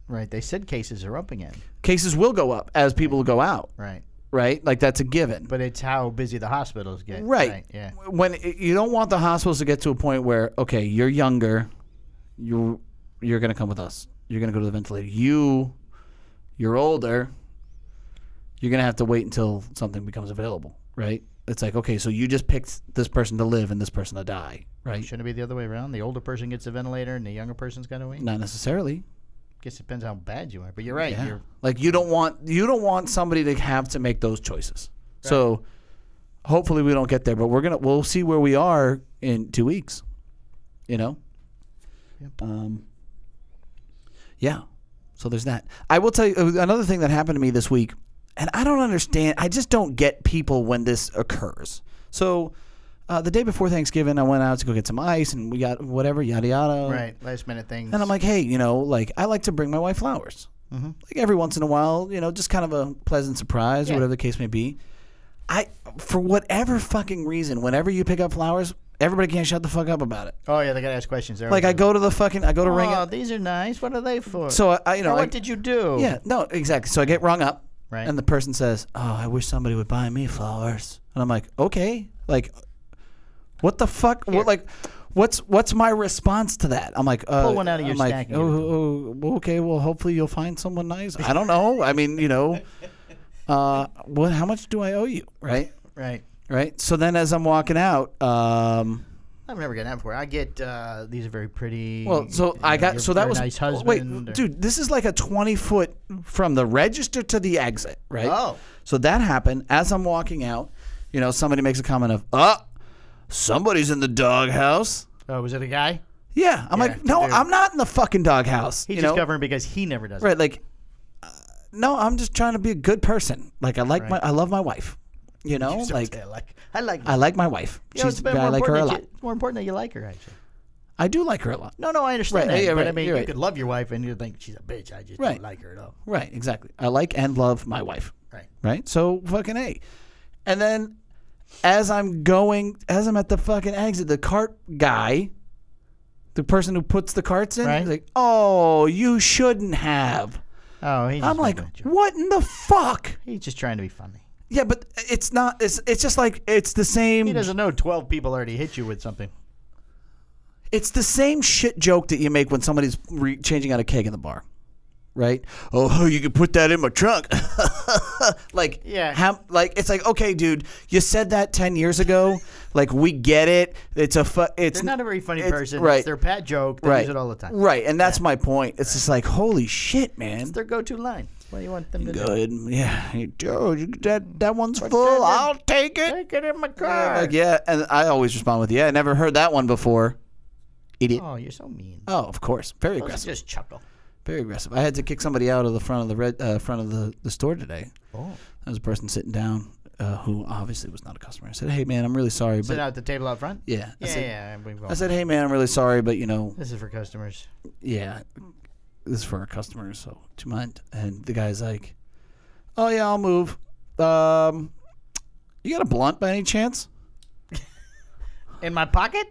Speaker 1: right. They said cases are up again.
Speaker 2: Cases will go up as people go out,
Speaker 1: Right.
Speaker 2: right? Like that's a given.
Speaker 1: But it's how busy the hospitals get.
Speaker 2: Right.
Speaker 1: Yeah.
Speaker 2: when it- you don't want the hospitals to get to a point where okay, you're younger, you you're going to come with us. You're going to go to the ventilator. You you're older. You're going to have to wait until something becomes available, right? It's like okay, so you just picked this person to live and this person to die, right?
Speaker 1: Shouldn't it be the other way around? The older person gets a ventilator and the younger person's got to wait?
Speaker 2: Not necessarily.
Speaker 1: guess it depends how bad you are. But you're right.
Speaker 2: Yeah.
Speaker 1: You're
Speaker 2: Like you don't want you don't want somebody to have to make those choices. So hopefully we don't get there, but we're gonna we'll see where we are in two weeks. You know.
Speaker 1: Yep.
Speaker 2: Um. Yeah. So there's that. I will tell you uh, another thing that happened to me this week, and I don't understand. I just don't get people when this occurs. So. Uh, the day before Thanksgiving, I went out to go get some ice, and we got whatever, yada yada.
Speaker 1: Right. Last minute things.
Speaker 2: And I'm like, hey, you know, like I like to bring my wife flowers. Like every once in a while, you know, just kind of a pleasant surprise
Speaker 1: Yeah.
Speaker 2: or whatever the case may be. I, for whatever fucking reason, whenever you pick up flowers, everybody can't shut the fuck up about it.
Speaker 1: oh yeah, they gotta ask questions. They're
Speaker 2: Like I
Speaker 1: always
Speaker 2: go to the fucking, I go to ring
Speaker 1: Oh,
Speaker 2: it.
Speaker 1: these are nice. What are they for?
Speaker 2: So I, I you know,
Speaker 1: Or
Speaker 2: I-
Speaker 1: what did you do?
Speaker 2: yeah, no, exactly. So I get rung up,
Speaker 1: Right.
Speaker 2: and the person says, "Oh, I wish somebody would buy me flowers." And I'm like, "Okay, like, what the fuck? What like, what's what's my response to that?" I'm like, uh,
Speaker 1: Pull one out of your
Speaker 2: I'm like,
Speaker 1: stack and give it
Speaker 2: oh, oh, okay. Well, hopefully you'll find someone nice. I don't know. I mean, you know, uh, what? How much do I owe you? Right,
Speaker 1: Right.
Speaker 2: right. So then, as I'm walking out, um,
Speaker 1: I've never gotten that before. I get uh, these are very pretty.
Speaker 2: Well, so
Speaker 1: you
Speaker 2: I
Speaker 1: know,
Speaker 2: got
Speaker 1: your-
Speaker 2: so that
Speaker 1: your
Speaker 2: was
Speaker 1: nice
Speaker 2: oh,
Speaker 1: husband.
Speaker 2: wait,
Speaker 1: or-
Speaker 2: dude. This is like a twenty foot from the register to the exit, right?
Speaker 1: Oh.
Speaker 2: so that happened as I'm walking out. You know, somebody makes a comment of, "Uh, somebody's in the doghouse."
Speaker 1: Oh, was it a guy?
Speaker 2: Yeah, I'm
Speaker 1: it's
Speaker 2: like,
Speaker 1: a
Speaker 2: no,
Speaker 1: dude."
Speaker 2: I'm not in the fucking doghouse.
Speaker 1: He's
Speaker 2: you
Speaker 1: just
Speaker 2: know,
Speaker 1: covering because he never does.
Speaker 2: right? Like, uh, no, I'm just trying to be a good person. Like, I like my, I love my wife. You know,
Speaker 1: it.
Speaker 2: like
Speaker 1: I like. I like.
Speaker 2: I like my wife.
Speaker 1: you know,
Speaker 2: She's
Speaker 1: it's been
Speaker 2: I
Speaker 1: more
Speaker 2: like her a
Speaker 1: important
Speaker 2: lot.
Speaker 1: that you- it's more important that you like her actually.
Speaker 2: I do like her a lot.
Speaker 1: No, no, I understand
Speaker 2: Right,
Speaker 1: that.
Speaker 2: yeah,
Speaker 1: but I
Speaker 2: right,
Speaker 1: mean,
Speaker 2: you're
Speaker 1: you
Speaker 2: right.
Speaker 1: could love your wife and you think she's a bitch. I just
Speaker 2: Right.
Speaker 1: don't like her at all.
Speaker 2: Right, exactly. I like and love my wife.
Speaker 1: Right.
Speaker 2: right? So fucking a. And then as I'm going, as I'm at the fucking exit, the cart guy, the person who puts the carts in,
Speaker 1: Right.
Speaker 2: he's like, "Oh, you shouldn't have."
Speaker 1: Oh, he's.
Speaker 2: I'm
Speaker 1: just
Speaker 2: like,
Speaker 1: making a joke.
Speaker 2: "What in the fuck?"
Speaker 1: he's just trying to be funny.
Speaker 2: Yeah, but it's not. It's it's just like it's the
Speaker 1: He
Speaker 2: same.
Speaker 1: doesn't know twelve people already hit you with something.
Speaker 2: It's the same shit joke that you make when somebody's re- changing out a keg in the bar, right? Oh, you can put that in my trunk. like,
Speaker 1: Yeah.
Speaker 2: how, like it's like, okay, dude, you said that ten years ago. like, we get it. It's a fu- it's
Speaker 1: They're not a very funny
Speaker 2: it's-
Speaker 1: person.
Speaker 2: right.
Speaker 1: It's their pet joke. They
Speaker 2: right,
Speaker 1: use it all the time.
Speaker 2: Right, and that's my point. It's just like, holy shit, man.
Speaker 1: It's their go-to line. What do you want them to do?
Speaker 2: Good, yeah, You- oh, you- that that one's
Speaker 1: that
Speaker 2: full.
Speaker 1: in-
Speaker 2: I'll take it.
Speaker 1: Take it in my
Speaker 2: I'm
Speaker 1: car.
Speaker 2: Like, yeah, and I always respond with, yeah, I never heard that one before, idiot.
Speaker 1: Oh, you're so mean.
Speaker 2: Oh, of course, very
Speaker 1: Let's
Speaker 2: aggressive.
Speaker 1: just chuckle.
Speaker 2: Very aggressive. I had to kick somebody out of the front of the red uh, front of the, the store today.
Speaker 1: Oh.
Speaker 2: There was a person sitting down uh, who obviously was not a customer. I said, "Hey man, I'm really sorry,
Speaker 1: Sit
Speaker 2: but
Speaker 1: out at the table out front?
Speaker 2: yeah." I
Speaker 1: Yeah,
Speaker 2: said,
Speaker 1: yeah. We've all-
Speaker 2: I said, "Hey man, I'm really sorry, but you know,
Speaker 1: this is for customers.
Speaker 2: yeah, this is for our customers, so do you mind?" And the guy's like, "Oh yeah, I'll move. Um, you got a blunt by any chance?"
Speaker 1: In my pocket?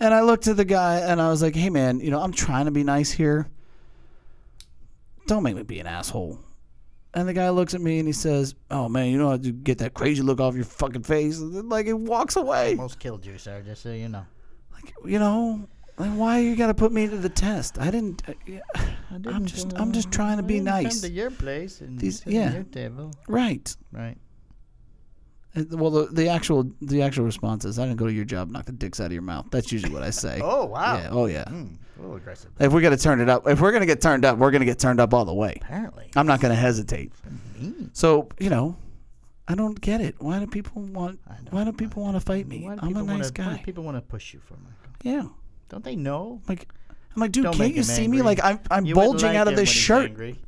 Speaker 2: And I looked at the guy and I was like, "Hey man, you know, I'm trying to be nice here. Don't make me be an asshole." And the guy looks at me and he says, "Oh man, you know how to get that crazy look off your fucking face." And then, like he walks away.
Speaker 1: Almost killed you, sir, just so you know.
Speaker 2: Like, you know, like, why you got to put me to the test? I didn't I- yeah,
Speaker 1: I
Speaker 2: I'm just I'm just trying to
Speaker 1: I
Speaker 2: be
Speaker 1: didn't Come
Speaker 2: nice.
Speaker 1: to your place and
Speaker 2: These-
Speaker 1: sit
Speaker 2: yeah.
Speaker 1: at your table.
Speaker 2: Right.
Speaker 1: Right.
Speaker 2: Uh, Well, the, the actual the actual response is, "I didn't go to your job, knock the dicks out of your mouth." That's usually what I say.
Speaker 1: Oh, wow.
Speaker 2: Yeah, oh yeah.
Speaker 1: Hmm, a little aggressive.
Speaker 2: If we got to turn it up, if we're gonna get turned up, we're gonna get turned up all the way.
Speaker 1: Apparently.
Speaker 2: I'm not going to hesitate.
Speaker 1: mean.
Speaker 2: So you know, I don't get it. Why do people want?
Speaker 1: don't
Speaker 2: Why do people want to fight me?
Speaker 1: Why do
Speaker 2: I'm a
Speaker 1: people
Speaker 2: nice
Speaker 1: wanna, Why
Speaker 2: guy.
Speaker 1: do people want to push you for, Michael?
Speaker 2: yeah. I'm
Speaker 1: Don't they know?
Speaker 2: like, I'm like, dude,
Speaker 1: Don't
Speaker 2: can't
Speaker 1: make
Speaker 2: you
Speaker 1: him
Speaker 2: see
Speaker 1: angry.
Speaker 2: me? Like, I'm I'm
Speaker 1: You wouldn't
Speaker 2: bulging
Speaker 1: like
Speaker 2: out of
Speaker 1: him
Speaker 2: this
Speaker 1: when he's
Speaker 2: shirt.
Speaker 1: angry.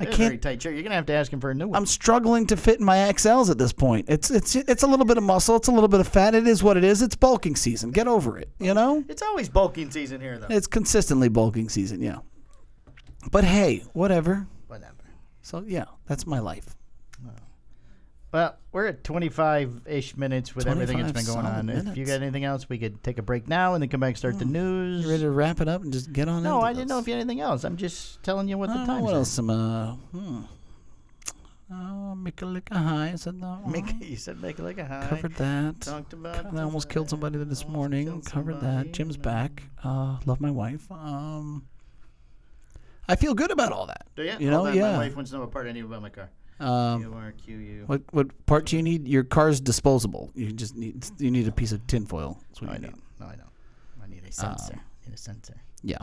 Speaker 2: I
Speaker 1: It's a very
Speaker 2: can't.
Speaker 1: tight shirt. You're gonna have to ask him for a new one.
Speaker 2: I'm struggling to fit in my XLs at this point. It's it's it's a little bit of muscle. It's a little bit of fat. It is what it is. It's bulking season. Get over it. You know.
Speaker 1: it's always bulking season here, though.
Speaker 2: It's consistently bulking season. Yeah. But hey, whatever.
Speaker 1: Whatever.
Speaker 2: So yeah, that's my life.
Speaker 1: Well, we're at 25 ish minutes with everything that's been
Speaker 2: 25
Speaker 1: going on.
Speaker 2: solid
Speaker 1: If you
Speaker 2: minutes.
Speaker 1: got anything else, we could take a break now and then come back and start the news.
Speaker 2: You Hmm. ready to wrap it up and just get on?
Speaker 1: no,
Speaker 2: into
Speaker 1: I didn't know
Speaker 2: this?
Speaker 1: if you had anything else. I'm just telling you what the
Speaker 2: I don't know
Speaker 1: time
Speaker 2: Ah, what
Speaker 1: is.
Speaker 2: else am uh hmm. Oh, Mikalika High said that.
Speaker 1: Make,
Speaker 2: one.
Speaker 1: you said make it like a high.
Speaker 2: covered uh, oh, that.
Speaker 1: Talked about.
Speaker 2: I almost killed somebody this
Speaker 1: almost
Speaker 2: morning.
Speaker 1: killed
Speaker 2: Covered
Speaker 1: somebody,
Speaker 2: that. Jim's
Speaker 1: and
Speaker 2: back. Uh, love my wife. Um, I feel good about all that.
Speaker 1: Do you?
Speaker 2: You
Speaker 1: Hold
Speaker 2: know,
Speaker 1: on,
Speaker 2: yeah.
Speaker 1: My wife wants to know what part I need about my car.
Speaker 2: Um,
Speaker 1: U R Q U.
Speaker 2: what what part do you need? Your car's disposable. You just need you need a piece of tinfoil. That's what
Speaker 1: No, I
Speaker 2: you
Speaker 1: don't.
Speaker 2: need. Um,
Speaker 1: No, I don't. I need a sensor. I need a sensor.
Speaker 2: Yeah.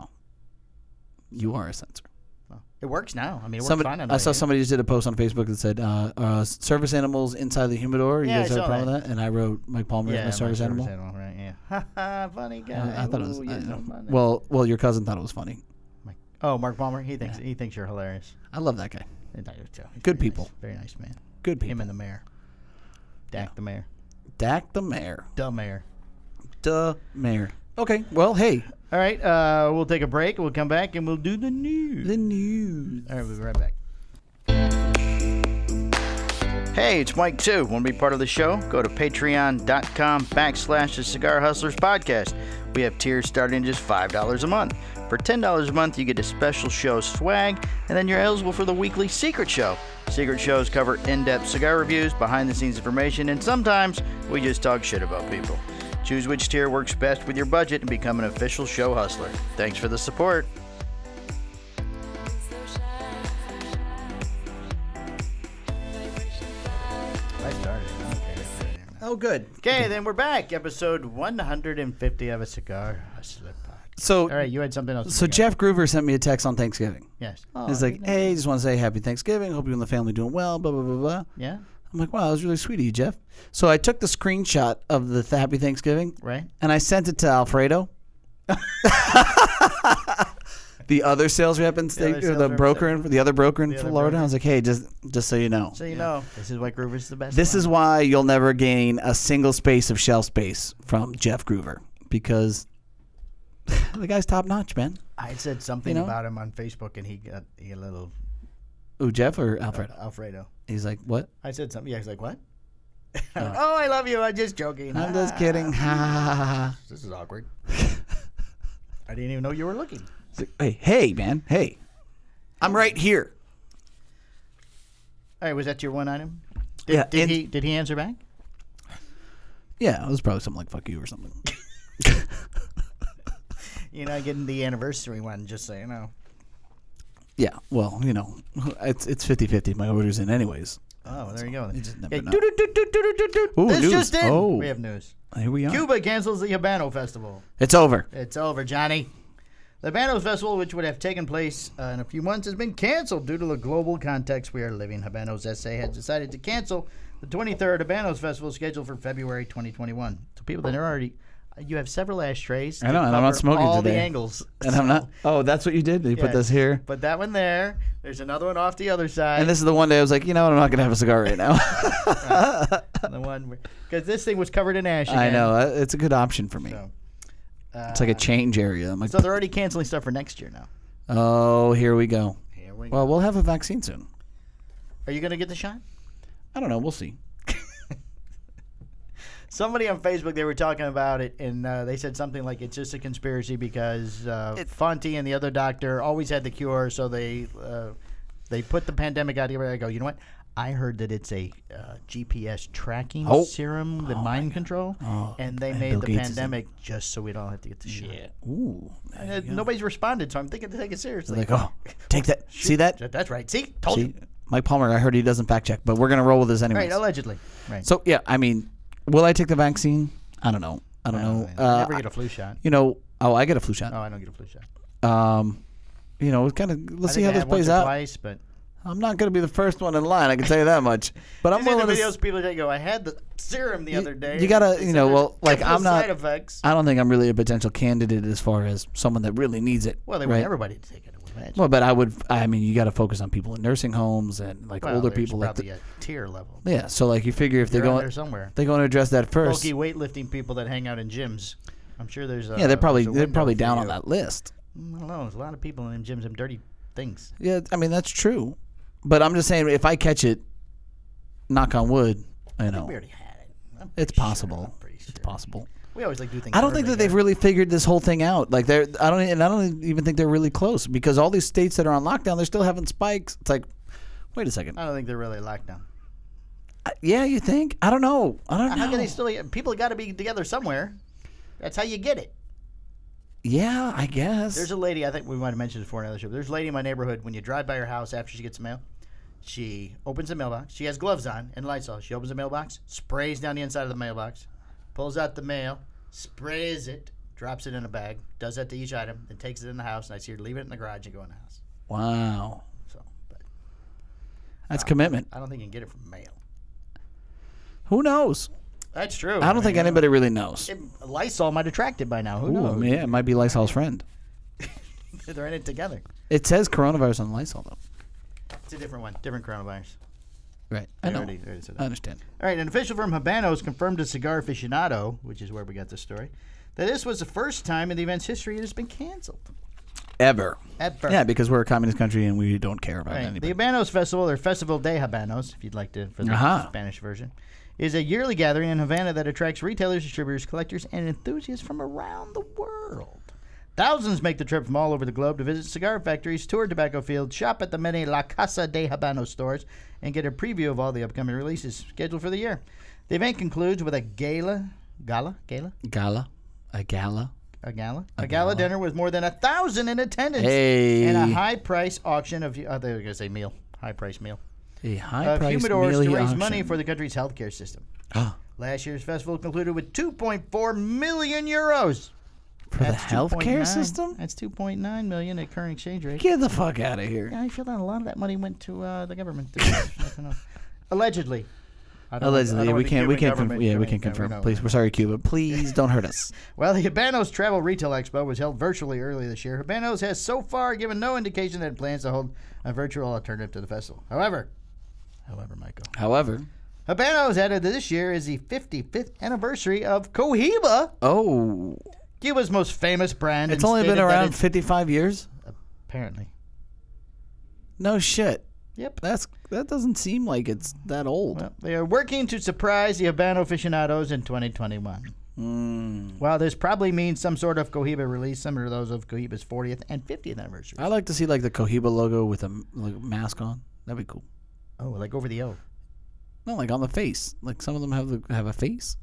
Speaker 2: You are a sensor.
Speaker 1: Well, it works now. I mean, it works
Speaker 2: Somebody,
Speaker 1: fine on
Speaker 2: I saw
Speaker 1: iPhone.
Speaker 2: somebody just did a post on Facebook that said, uh, uh, "Service animals inside the humidor." You
Speaker 1: Yeah, I
Speaker 2: guys have a
Speaker 1: saw
Speaker 2: problem with that? And I wrote, "Mike Palmer
Speaker 1: Yeah,
Speaker 2: is my service animal."
Speaker 1: right? Yeah. Ha ha! Funny guy.
Speaker 2: Uh, I thought it was.
Speaker 1: Ooh,
Speaker 2: I
Speaker 1: you're
Speaker 2: don't
Speaker 1: so
Speaker 2: know.
Speaker 1: funny.
Speaker 2: well, well, your cousin thought it was funny.
Speaker 1: Mike- oh, Mark Palmer. He thinks he thinks you're hilarious.
Speaker 2: I love that guy.
Speaker 1: And I do too. He's
Speaker 2: Good
Speaker 1: very nice-
Speaker 2: people.
Speaker 1: very nice man.
Speaker 2: Good people.
Speaker 1: Him and the mayor. Dak the mayor.
Speaker 2: Dak the mayor.
Speaker 1: The mayor.
Speaker 2: The mayor. Okay. Well, hey,
Speaker 1: All right. Uh, we'll take a break. We'll come back and we'll do the news.
Speaker 2: the news.
Speaker 1: All right, we'll be right back. Hey, it's Mike too. Want to be part of the show? Go to patreon.com backslash the Cigar Hustlers podcast. We have tiers starting at just $5 a month. For $10 a month, you get a special show swag, and then you're eligible for the weekly Secret Show. Secret shows cover in depth cigar reviews, behind the scenes information, and sometimes we just talk shit about people. Choose which tier works best with your budget and become an official show hustler. Thanks for the support. I started.
Speaker 2: Oh, good.
Speaker 1: Okay, then we're back. Episode 150 of a cigar hustler podcast.
Speaker 2: So,
Speaker 1: All right, you had something else.
Speaker 2: so
Speaker 1: to bring up.
Speaker 2: Jeff Groover sent me a text on Thanksgiving.
Speaker 1: Yes.
Speaker 2: He's like, "Hey, just want to say happy Thanksgiving. Hope you and the family doing well." Blah blah blah blah.
Speaker 1: yeah,
Speaker 2: I'm like, "Wow, that was really sweet of you, Jeff." So I took the screenshot of the th- happy Thanksgiving
Speaker 1: right.
Speaker 2: and I sent it to Alfredo, the other sales rep in state,
Speaker 1: other
Speaker 2: or
Speaker 1: sales
Speaker 2: the
Speaker 1: rep
Speaker 2: broker in the other broker in
Speaker 1: other
Speaker 2: Florida.
Speaker 1: broker.
Speaker 2: I was like, "Hey, just just so you know,
Speaker 1: So you know, this is why Groover's the best.
Speaker 2: this is why you'll never gain a single space of shelf space from Jeff Groover because the guy's top notch, man."
Speaker 1: I said something
Speaker 2: you know?
Speaker 1: about him on Facebook, and he got he got a little
Speaker 2: Ooh, Jeff or Alfredo?
Speaker 1: Alfredo.
Speaker 2: He's like, "What?"
Speaker 1: I said something. Yeah, he's like, what?
Speaker 2: Uh.
Speaker 1: oh, I love you. I'm just joking.
Speaker 2: I'm just kidding. Ha ha ha, ha ha.
Speaker 1: This is awkward. I didn't even know you were looking.
Speaker 2: It's like, Hey, hey, man, hey, I'm right here.
Speaker 1: All right, was that your one item? Did,
Speaker 2: Yeah,
Speaker 1: Did
Speaker 2: and-
Speaker 1: he did he answer back?
Speaker 2: Yeah, it was probably something like "fuck you" or something.
Speaker 1: You're not getting the anniversary one. Just so you know.
Speaker 2: Yeah, well, you know, it's it's 50-50 my orders in anyways.
Speaker 1: Oh, there you go.
Speaker 2: You just never
Speaker 1: Yeah,
Speaker 2: know.
Speaker 1: doo-doo-doo-doo-doo-doo-doo.
Speaker 2: Ooh,
Speaker 1: This
Speaker 2: news.
Speaker 1: just in.
Speaker 2: Oh.
Speaker 1: We have news.
Speaker 2: Here we are.
Speaker 1: Cuba cancels the Habano Festival.
Speaker 2: It's over.
Speaker 1: It's over, Johnny. The Habano Festival, which would have taken place uh, in a few months, has been canceled due to the global context we are living. Habanos SA has decided to cancel the 23rd Habanos Festival scheduled for February 2021. So people that are already, you have several ashtrays.
Speaker 2: I
Speaker 1: to
Speaker 2: know, and I'm not
Speaker 1: cover
Speaker 2: smoking
Speaker 1: all the
Speaker 2: today.
Speaker 1: angles.
Speaker 2: And I'm not. Oh, that's what you did. You put
Speaker 1: Yeah.
Speaker 2: this here.
Speaker 1: Put that one there. There's another one off the other side.
Speaker 2: And this is the one day I was like, you know what? I'm not gonna have a cigar right now.
Speaker 1: the one because this thing was covered in ash.
Speaker 2: I
Speaker 1: again.
Speaker 2: know. uh, It's a good option for me.
Speaker 1: So,
Speaker 2: it's like a change area. I'm like,
Speaker 1: So they're already canceling stuff for next year now.
Speaker 2: oh, here we go.
Speaker 1: Here we
Speaker 2: Well, we'll have a vaccine soon.
Speaker 1: Are you going to get the shot?
Speaker 2: I don't know. We'll see.
Speaker 1: Somebody on Facebook, they were talking about it, and uh, they said something like it's just a conspiracy because uh, Fonte and the other doctor always had the cure, so they uh, they put the pandemic out here. I go, you know what? I heard that it's a uh, GPS tracking
Speaker 2: Oh.
Speaker 1: serum, the mind control, and they made
Speaker 2: Bill
Speaker 1: the
Speaker 2: Gates is in-
Speaker 1: pandemic just so we don't have to get the shot.
Speaker 2: Ooh.
Speaker 1: Uh, Nobody's responded, so I'm thinking to take it seriously.
Speaker 2: Like, oh, take that. See that?
Speaker 1: That- That's right. See, told you.
Speaker 2: See? Mike Palmer. I heard he doesn't fact check, but we're gonna roll with this
Speaker 1: Right,
Speaker 2: anyways.
Speaker 1: allegedly. Right.
Speaker 2: So yeah, I mean, will I take the vaccine? I don't know. I don't know.
Speaker 1: I
Speaker 2: Uh,
Speaker 1: never get a flu shot.
Speaker 2: you know. Oh, I get a flu shot.
Speaker 1: No, I don't get a flu shot.
Speaker 2: Um, you know, kind of let's see
Speaker 1: I think
Speaker 2: how
Speaker 1: I
Speaker 2: this
Speaker 1: had once
Speaker 2: plays
Speaker 1: or
Speaker 2: out.
Speaker 1: Twice, but
Speaker 2: I'm not going to be the first one in line. I can tell you that much. But I'm
Speaker 1: I'm one
Speaker 2: willing
Speaker 1: of
Speaker 2: to.
Speaker 1: the
Speaker 2: s-
Speaker 1: videos people that go, I had the serum the other day.
Speaker 2: you gotta,
Speaker 1: They
Speaker 2: you
Speaker 1: said
Speaker 2: know,
Speaker 1: there's
Speaker 2: well, like,
Speaker 1: typical
Speaker 2: I'm not-
Speaker 1: side effects.
Speaker 2: I don't think I'm really a potential candidate as far as someone that really needs it.
Speaker 1: Well, they
Speaker 2: right?
Speaker 1: want everybody to take it. I would imagine.
Speaker 2: Well, but I would. I mean, you got to focus on people in nursing homes and like
Speaker 1: Well,
Speaker 2: older
Speaker 1: there's
Speaker 2: people. Like,
Speaker 1: probably
Speaker 2: the,
Speaker 1: a tier level.
Speaker 2: yeah. So like, you figure if
Speaker 1: They're
Speaker 2: they're
Speaker 1: on
Speaker 2: going,
Speaker 1: there somewhere.
Speaker 2: they're going to address that first.
Speaker 1: Bulky weightlifting people that hang out in gyms. I'm sure there's. A,
Speaker 2: yeah, they're probably
Speaker 1: there's a
Speaker 2: they're
Speaker 1: window
Speaker 2: probably
Speaker 1: for
Speaker 2: down on
Speaker 1: you.
Speaker 2: that list.
Speaker 1: Mm, I don't know. There's a lot of people in them gyms and dirty things.
Speaker 2: Yeah, I mean that's true. But I'm just saying, if I catch it, knock on wood, you know,
Speaker 1: We already had it. I'm
Speaker 2: it's
Speaker 1: pretty sure,
Speaker 2: possible.
Speaker 1: I'm pretty
Speaker 2: It's
Speaker 1: sure.
Speaker 2: possible.
Speaker 1: We always like do things.
Speaker 2: I don't think that
Speaker 1: early,
Speaker 2: they've
Speaker 1: yeah.
Speaker 2: really figured this whole thing out. Like they're, I don't, and I don't even think they're really close because all these states that are on lockdown, they're still having spikes. It's like, wait a second.
Speaker 1: I don't think they're really locked down.
Speaker 2: I- yeah, you think? I don't know. I don't
Speaker 1: How
Speaker 2: know.
Speaker 1: can they still? People got to be together somewhere. That's how you get it.
Speaker 2: yeah, I guess.
Speaker 1: There's a lady, I think we might have mentioned this before in another show. but There's a lady in my neighborhood, when you drive by her house after she gets mail, she opens the mailbox. She has gloves on and lights on. She opens the mailbox, sprays down the inside of the mailbox, pulls out the mail, sprays it, drops it in a bag, does that to each item, then takes it in the house. And I see her leave it in the garage and go in the house.
Speaker 2: Wow.
Speaker 1: So but
Speaker 2: That's commitment.
Speaker 1: I don't think you can get it from mail.
Speaker 2: Who knows?
Speaker 1: That's true.
Speaker 2: I don't think
Speaker 1: mean,
Speaker 2: anybody really knows.
Speaker 1: it- Lysol might have tracked it by now. Who
Speaker 2: Ooh,
Speaker 1: knows?
Speaker 2: yeah, it might be Lysol's friend.
Speaker 1: They're in it together.
Speaker 2: It says coronavirus on Lysol though.
Speaker 1: It's a different one. Different coronavirus.
Speaker 2: Right. I
Speaker 1: I
Speaker 2: know.
Speaker 1: already- I already said that.
Speaker 2: I understand.
Speaker 1: All right, an official from Habanos confirmed to Cigar Aficionado, which is where we got this story, that this was the first time in the event's history it has been canceled.
Speaker 2: Ever.
Speaker 1: Ever.
Speaker 2: Yeah, because we're a communist country and we don't care about
Speaker 1: Right. The
Speaker 2: anybody.
Speaker 1: Habanos Festival, or Festival de Habanos, if you'd like to, for the
Speaker 2: Uh-huh.
Speaker 1: Spanish version, is a yearly gathering in Havana that attracts retailers, distributors, collectors, and enthusiasts from around the world. Thousands make the trip from all over the globe to visit cigar factories, tour tobacco fields, shop at the many La Casa de Habano stores, and get a preview of all the upcoming releases scheduled for the year. The event concludes with a gala, gala, gala,
Speaker 2: Gala. A gala.
Speaker 1: a gala, a, gala, dinner with more than a thousand in attendance,
Speaker 2: Hey.
Speaker 1: and a high price auction of. Uh, they were gonna say meal, high price meal
Speaker 2: A high
Speaker 1: of
Speaker 2: price
Speaker 1: Uh, humidors to raise money for the country's healthcare system.
Speaker 2: Ah.
Speaker 1: Last year's festival concluded with 2.4 million euros.
Speaker 2: for the healthcare
Speaker 1: 2.9.
Speaker 2: system.
Speaker 1: That's 2.9 million at current exchange rate.
Speaker 2: Get the fuck out of here.
Speaker 1: Yeah, I feel that a lot of that money went to uh, the government. Nothing else. Allegedly. I don't- I don't
Speaker 2: Allegedly,
Speaker 1: want
Speaker 2: we
Speaker 1: the
Speaker 2: can't. We
Speaker 1: Cuban
Speaker 2: can't. Conf-
Speaker 1: government
Speaker 2: yeah, we
Speaker 1: doing
Speaker 2: can
Speaker 1: anything.
Speaker 2: confirm.
Speaker 1: know
Speaker 2: Please,
Speaker 1: that.
Speaker 2: we're sorry, Cuba. Please don't hurt us.
Speaker 1: Well, the Habanos Travel Retail Expo was held virtually earlier this year. Habanos has so far given no indication that it plans to hold a virtual alternative to the festival. However, however, Michael.
Speaker 2: However,
Speaker 1: Habanos added that this year is the 55th anniversary of Cohiba,
Speaker 2: oh,
Speaker 1: Cuba's most famous brand.
Speaker 2: it's
Speaker 1: and
Speaker 2: only been
Speaker 1: stated that
Speaker 2: around
Speaker 1: it's-
Speaker 2: 55 years.
Speaker 1: apparently.
Speaker 2: No shit.
Speaker 1: Yep.
Speaker 2: That's that doesn't seem like it's that old.
Speaker 1: Well, they are working to surprise the Habano aficionados in 2021.
Speaker 2: Mm.
Speaker 1: While this probably means some sort of Cohiba release, similar to those of Cohiba's 40th and 50th anniversary.
Speaker 2: I like to see like the Cohiba logo with a m- like, mask on. That'd be cool.
Speaker 1: Oh, like over the O.
Speaker 2: No, like on the face. Like some of them have the, have a face.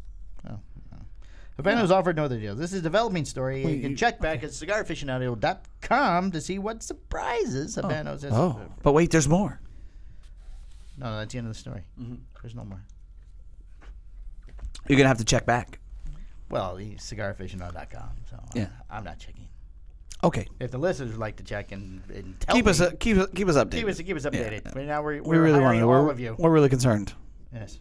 Speaker 1: Havano's offered no other deals. This is a developing story.
Speaker 2: Wait,
Speaker 1: you can
Speaker 2: you-
Speaker 1: check back at cigarficionado.com to see what surprises Habanos has.
Speaker 2: Oh, but wait, there's more.
Speaker 1: No, no, that's the end of the story.
Speaker 2: Mm-hmm.
Speaker 1: There's no more.
Speaker 2: You're gonna have to check back.
Speaker 1: Well, the cigarficionado.com. So I'm-
Speaker 2: Yeah.
Speaker 1: I'm not checking.
Speaker 2: Okay,
Speaker 1: If the listeners would like to check and, and tell
Speaker 2: keep
Speaker 1: me,
Speaker 2: us uh, keep us- keep us updated.
Speaker 1: keep us keep us updated. But now we're,
Speaker 2: we
Speaker 1: we're
Speaker 2: really want
Speaker 1: hiring
Speaker 2: to.
Speaker 1: all
Speaker 2: We're,
Speaker 1: of you.
Speaker 2: we're really concerned.
Speaker 1: Yes.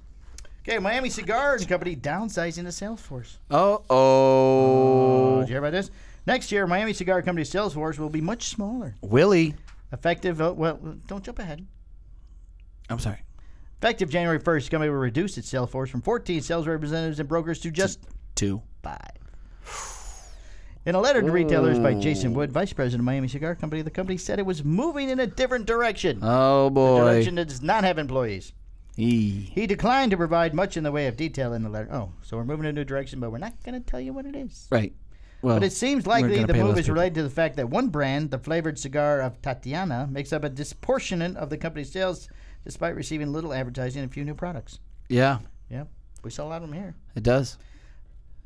Speaker 1: Okay, Miami Cigar Company downsizing the sales force.
Speaker 2: Oh oh,
Speaker 1: Oh, did you hear about this? Next year, Miami Cigar Company's sales force will be much smaller.
Speaker 2: Willie.
Speaker 1: Effective, uh, well, don't jump ahead.
Speaker 2: I'm sorry.
Speaker 1: Effective January 1st, the company will reduce its sales force from 14 sales representatives and brokers to just
Speaker 2: Two.
Speaker 1: five. In a letter to retailers by Jason Wood, vice president of Miami Cigar Company, the company said it was moving in a different direction.
Speaker 2: Oh
Speaker 1: a
Speaker 2: boy.
Speaker 1: direction that does not have employees.
Speaker 2: E.
Speaker 1: He declined to provide much in the way of detail in the letter. Oh, so we're moving in a new direction, but we're not going to tell you what it is.
Speaker 2: Right. Well,
Speaker 1: But it seems likely the move is related to the fact that one brand, the flavored cigar of Tatiana, makes up a disproportionate of the company's sales despite receiving little advertising and few new products.
Speaker 2: Yeah,
Speaker 1: Yeah, we sell a lot of them here.
Speaker 2: it does.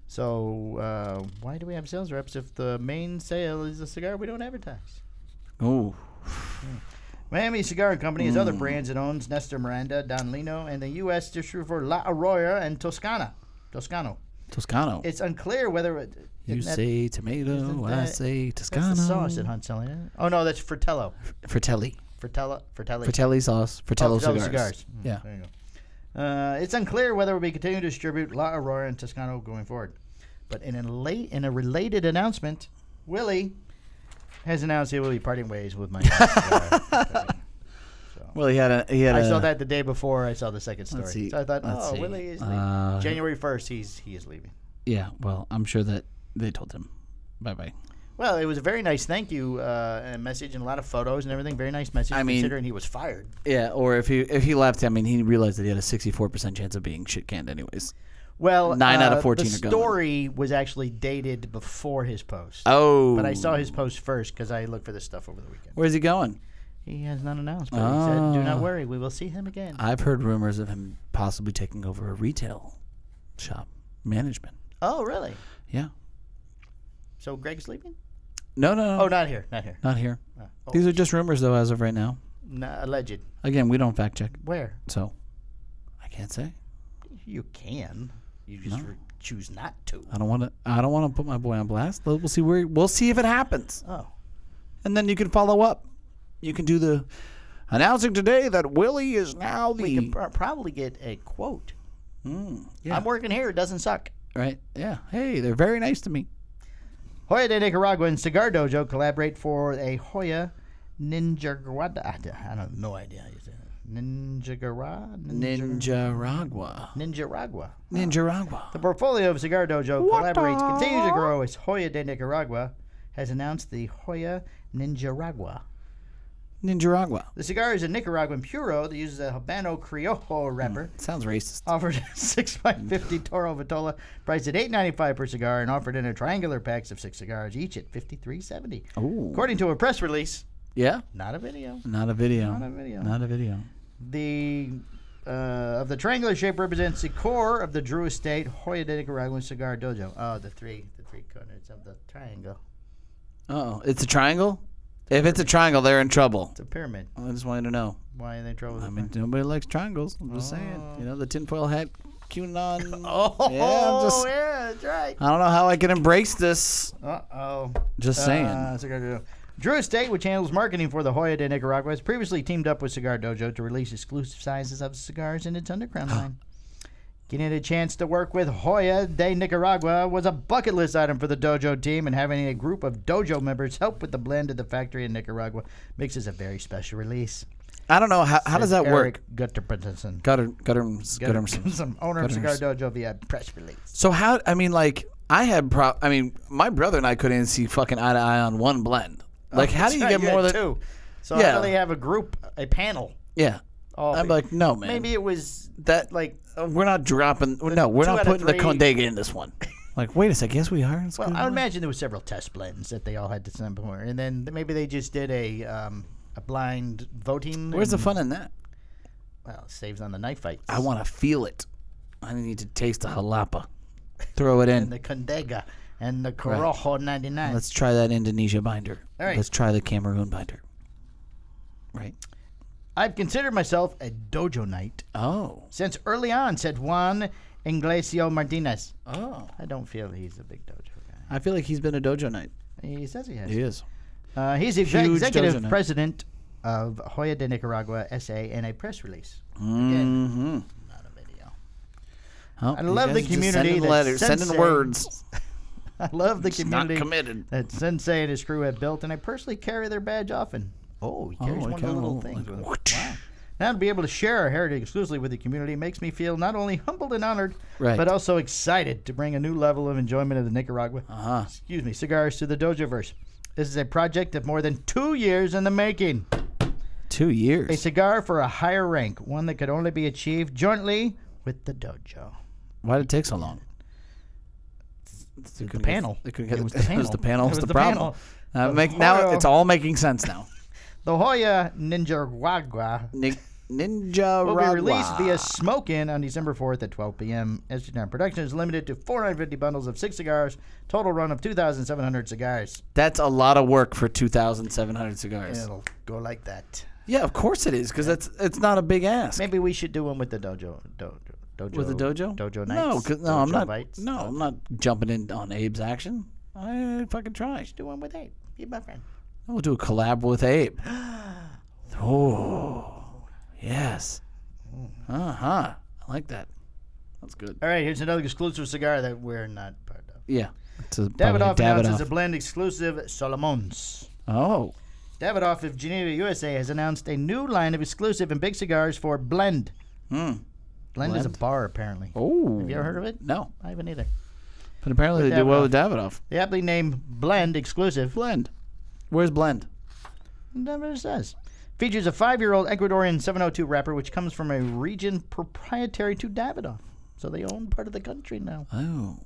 Speaker 1: So uh, why do we have sales reps if the main sale is a cigar we don't advertise?
Speaker 2: Oh,
Speaker 1: Miami Cigar Company has
Speaker 2: Hmm.
Speaker 1: other brands it owns, Nestor Miranda, Don Lino, and the U.S. distributor for La Arroyo and Toscana. Toscano.
Speaker 2: Toscano.
Speaker 1: It's unclear whether it,
Speaker 2: you
Speaker 1: isn't that-
Speaker 2: say tomato,
Speaker 1: isn't
Speaker 2: I
Speaker 1: that-
Speaker 2: say
Speaker 1: that's
Speaker 2: Toscano.
Speaker 1: the sauce that Hunt's selling. isn't it? Oh no, that's Fratello.
Speaker 2: Fratelli.
Speaker 1: Fratello. Fratelli.
Speaker 2: Fratelli sauce. Fratello
Speaker 1: Oh,
Speaker 2: cigars. Hmm.
Speaker 1: Mm,
Speaker 2: Yeah.
Speaker 1: There you go. Uh, it's unclear whether we continue to distribute La Aurora and Toscano going forward. But in a late in a related announcement, Willie has announced he will be parting ways with my.
Speaker 2: Well, he had a he had
Speaker 1: I
Speaker 2: a
Speaker 1: saw that the day before I saw the second story.
Speaker 2: Uh, Let's see.
Speaker 1: So I thought,
Speaker 2: Let's
Speaker 1: oh,
Speaker 2: see.
Speaker 1: Willie is leaving.
Speaker 2: Uh,
Speaker 1: January first, he's he is leaving.
Speaker 2: Yeah. Well, I'm sure that they told him. Bye bye.
Speaker 1: Well, it was a very nice thank you uh, and message and a lot of photos and everything. Very nice message
Speaker 2: I mean-
Speaker 1: considering he was fired.
Speaker 2: Yeah. Or if he if he left, I mean, he realized that he had a 64 percent chance of being shit canned anyways.
Speaker 1: Well,
Speaker 2: Nine out of
Speaker 1: uh,
Speaker 2: 14
Speaker 1: The
Speaker 2: are gone.
Speaker 1: story was actually dated before his post.
Speaker 2: Oh.
Speaker 1: But I saw his post first because I looked for this stuff over the weekend.
Speaker 2: Where's he going?
Speaker 1: He has not announced, but he said, "Do
Speaker 2: Ah.
Speaker 1: not worry, we will see him again."
Speaker 2: I've heard rumors of him possibly taking over a retail shop management.
Speaker 1: oh, really?
Speaker 2: Yeah.
Speaker 1: So Greg's leaving?
Speaker 2: No, no, no.
Speaker 1: Oh, not here, not here.
Speaker 2: Not here.
Speaker 1: Uh, oh,
Speaker 2: These are just rumors, though, as of right now.
Speaker 1: n- alleged.
Speaker 2: Again, we don't fact check,
Speaker 1: Where?
Speaker 2: so I can't say.
Speaker 1: You can. You just re- choose not to.
Speaker 2: I don't want to. I don't want to put my boy on blast. But we'll see where. We'll see if it happens,
Speaker 1: Oh,
Speaker 2: and then you can follow up. you can do the announcing today that Willie is now
Speaker 1: We
Speaker 2: the
Speaker 1: can pr- probably get a quote. Hmm,
Speaker 2: yeah.
Speaker 1: I'm working here. It doesn't suck.
Speaker 2: right. Yeah. Hey, they're very nice to me.
Speaker 1: Hoya de Nicaragua and Cigar Dojo collaborate for a Hoya Ninjaguada. I have no idea how you say it. Ninjagara? Ninja-
Speaker 2: Ninjaragua.
Speaker 1: Ninjaragua.
Speaker 2: Ninjaragua.
Speaker 1: The portfolio of Cigar Dojo
Speaker 2: What
Speaker 1: collaborates
Speaker 2: the-
Speaker 1: continues to grow as Hoya de Nicaragua has announced the Hoya Ninjaragua.
Speaker 2: Ninjaragua.
Speaker 1: The cigar is a Nicaraguan puro that uses a Habano Criollo wrapper.
Speaker 2: Sounds racist.
Speaker 1: offered a 6 by
Speaker 2: Hmm.
Speaker 1: 50 Toro Vitola, priced at eight ninety five per cigar, and offered in a triangular packs of six cigars, each at fifty three seventy.
Speaker 2: Ooh.
Speaker 1: According to a press release,
Speaker 2: Yeah.
Speaker 1: not a video,
Speaker 2: Not a video.
Speaker 1: not a video.
Speaker 2: Not a video.
Speaker 1: The uh, of the triangular shape represents the core of the Drew Estate Hoya de Nicaraguan Cigar Dojo. Oh, the three, the three corners of the triangle.
Speaker 2: Oh, it's a triangle. If it's a triangle, they're in trouble.
Speaker 1: It's a pyramid.
Speaker 2: I just wanted to know.
Speaker 1: Why are they in trouble? with
Speaker 2: I
Speaker 1: the
Speaker 2: mean, nobody likes triangles. I'm just
Speaker 1: Oh.
Speaker 2: saying. You know, the tinfoil hat, QAnon.
Speaker 1: pyramid? Oh,
Speaker 2: Yeah, I'm just-
Speaker 1: yeah, that's right.
Speaker 2: I don't know how I can embrace this.
Speaker 1: Uh oh.
Speaker 2: Just saying.
Speaker 1: Uh, Cigar Dojo. Drew Estate, which handles marketing for the Hoya de Nicaragua, has previously teamed up with Cigar Dojo to release exclusive sizes of cigars in its underground line. Getting a chance to work with Hoya de Nicaragua was a bucket list item for the dojo team, and having a group of dojo members help with the blend of the factory in Nicaragua makes this a very special release.
Speaker 2: I don't know. How, how does that work?
Speaker 1: Gutterprinsen,
Speaker 2: Gutter, gutterms, gutterms.
Speaker 1: Gutterprinsen, owner of Cigar
Speaker 2: Gutterms.
Speaker 1: Dojo via press release.
Speaker 2: So how? I mean, like, I had pro. I mean, my brother and I couldn't even see fucking eye to eye on one blend.
Speaker 1: Oh,
Speaker 2: Like, how do you get more than?
Speaker 1: two? So
Speaker 2: Yeah.
Speaker 1: how do they have a group, a panel?
Speaker 2: Yeah.
Speaker 1: Oh,
Speaker 2: I'm
Speaker 1: but-
Speaker 2: like, no, man.
Speaker 1: Maybe it was
Speaker 2: that like
Speaker 1: like uh,
Speaker 2: we're not dropping. No, we're
Speaker 1: two
Speaker 2: not
Speaker 1: out of
Speaker 2: putting the
Speaker 1: three-
Speaker 2: Condega in this one. Like, wait a sec. Yes, we are. Let's
Speaker 1: well,
Speaker 2: go
Speaker 1: I
Speaker 2: to
Speaker 1: would
Speaker 2: one.
Speaker 1: imagine there were several test blends that they all had to send before, and then th- maybe they just did a um, a blind voting.
Speaker 2: Where's the
Speaker 1: and-
Speaker 2: fun in that?
Speaker 1: well saves on the knife fights?
Speaker 2: I want to feel it. I need to taste the jalapa. Throw it in.
Speaker 1: the Condega and the Corojo ninety nine.
Speaker 2: Let's try that Indonesia binder.
Speaker 1: All right.
Speaker 2: Let's try the Cameroon binder. Right.
Speaker 1: I've considered myself a dojo knight
Speaker 2: Oh.
Speaker 1: since early on," said Juan Inglesio Martinez.
Speaker 2: Oh.
Speaker 1: I don't feel he's a big dojo guy.
Speaker 2: I feel like he's been a dojo night.
Speaker 1: He says he has.
Speaker 2: He is.
Speaker 1: Uh, he's the
Speaker 2: Huge dojo
Speaker 1: executive
Speaker 2: knight.
Speaker 1: president of Hoya de Nicaragua SA in a press release.
Speaker 2: Mm-hmm.
Speaker 1: Not a video.
Speaker 2: Oh,
Speaker 1: I
Speaker 2: you
Speaker 1: love the
Speaker 2: guys are just
Speaker 1: community
Speaker 2: Sending
Speaker 1: that's
Speaker 2: letters, sending
Speaker 1: sensing
Speaker 2: words.
Speaker 1: I love the
Speaker 2: It's not
Speaker 1: community
Speaker 2: committed.
Speaker 1: that Sensei and his crew have built, and I personally carry their badge often. Oh, he
Speaker 2: Oh,
Speaker 1: carries
Speaker 2: I
Speaker 1: one of the
Speaker 2: kinda
Speaker 1: little
Speaker 2: like-
Speaker 1: things. with him.
Speaker 2: whoosh.
Speaker 1: Wow. Now to be able to share our heritage exclusively with the community makes me feel not only humbled and honored,
Speaker 2: Right.
Speaker 1: but also excited to bring a new level of enjoyment of the Nicaragua,
Speaker 2: Uh-huh.
Speaker 1: excuse me, cigars to the Dojoverse. This is a project of more than two years in the making.
Speaker 2: Two
Speaker 1: A
Speaker 2: years.
Speaker 1: cigar for a higher rank, one that could only be achieved jointly with the dojo.
Speaker 2: Why did it take so long? The
Speaker 1: panel.
Speaker 2: It, couldn't get-
Speaker 1: It was the
Speaker 2: It was
Speaker 1: panel.
Speaker 2: the panel.
Speaker 1: It
Speaker 2: was
Speaker 1: was
Speaker 2: the,
Speaker 1: the
Speaker 2: problem. Uh, make, now
Speaker 1: Ohio.
Speaker 2: it's all making sense now.
Speaker 1: The Hoya Ninjaragua
Speaker 2: Nin- Ninja
Speaker 1: will be released
Speaker 2: Ragua.
Speaker 1: via Smoke In on December 4th at 12 p.m. SG9 Production is limited to 450 bundles of six cigars, total run of 2,700 cigars.
Speaker 2: That's a lot of work for 2,700 cigars. Yeah.
Speaker 1: It'll go like that.
Speaker 2: of course it is, because that's it's not a big ask.
Speaker 1: Maybe we should do one with the dojo. dojo dojo
Speaker 2: With the dojo?
Speaker 1: Dojo nights.
Speaker 2: No, 'cause- no, I'm
Speaker 1: dojo
Speaker 2: not.
Speaker 1: bites.
Speaker 2: No, I'm not jumping in on Abe's action. I fucking try.
Speaker 1: Do one with Abe. Be my friend.
Speaker 2: We'll do a collab with Abe. Oh, yes. Uh huh. I like that. That's good.
Speaker 1: All right, here's another exclusive cigar that we're not part of.
Speaker 2: Yeah. It's a, probably a
Speaker 1: Davidoff announces a
Speaker 2: Davidoff.
Speaker 1: blend exclusive Solomons.
Speaker 2: oh,
Speaker 1: Davidoff of Geneva, USA has announced a new line of exclusive and big cigars for Blend.
Speaker 2: Hmm.
Speaker 1: Blend, is a bar, apparently.
Speaker 2: oh.
Speaker 1: Have you ever heard of it?
Speaker 2: No,
Speaker 1: I haven't either.
Speaker 2: but apparently they do well
Speaker 1: Davidoff.
Speaker 2: with Davidoff.
Speaker 1: The aptly named Blend exclusive,
Speaker 2: Blend. Where's Blend?
Speaker 1: never says, features a five year old Ecuadorian 702 wrapper, which comes from a region proprietary to Davidoff. So they own part of the country now.
Speaker 2: Oh.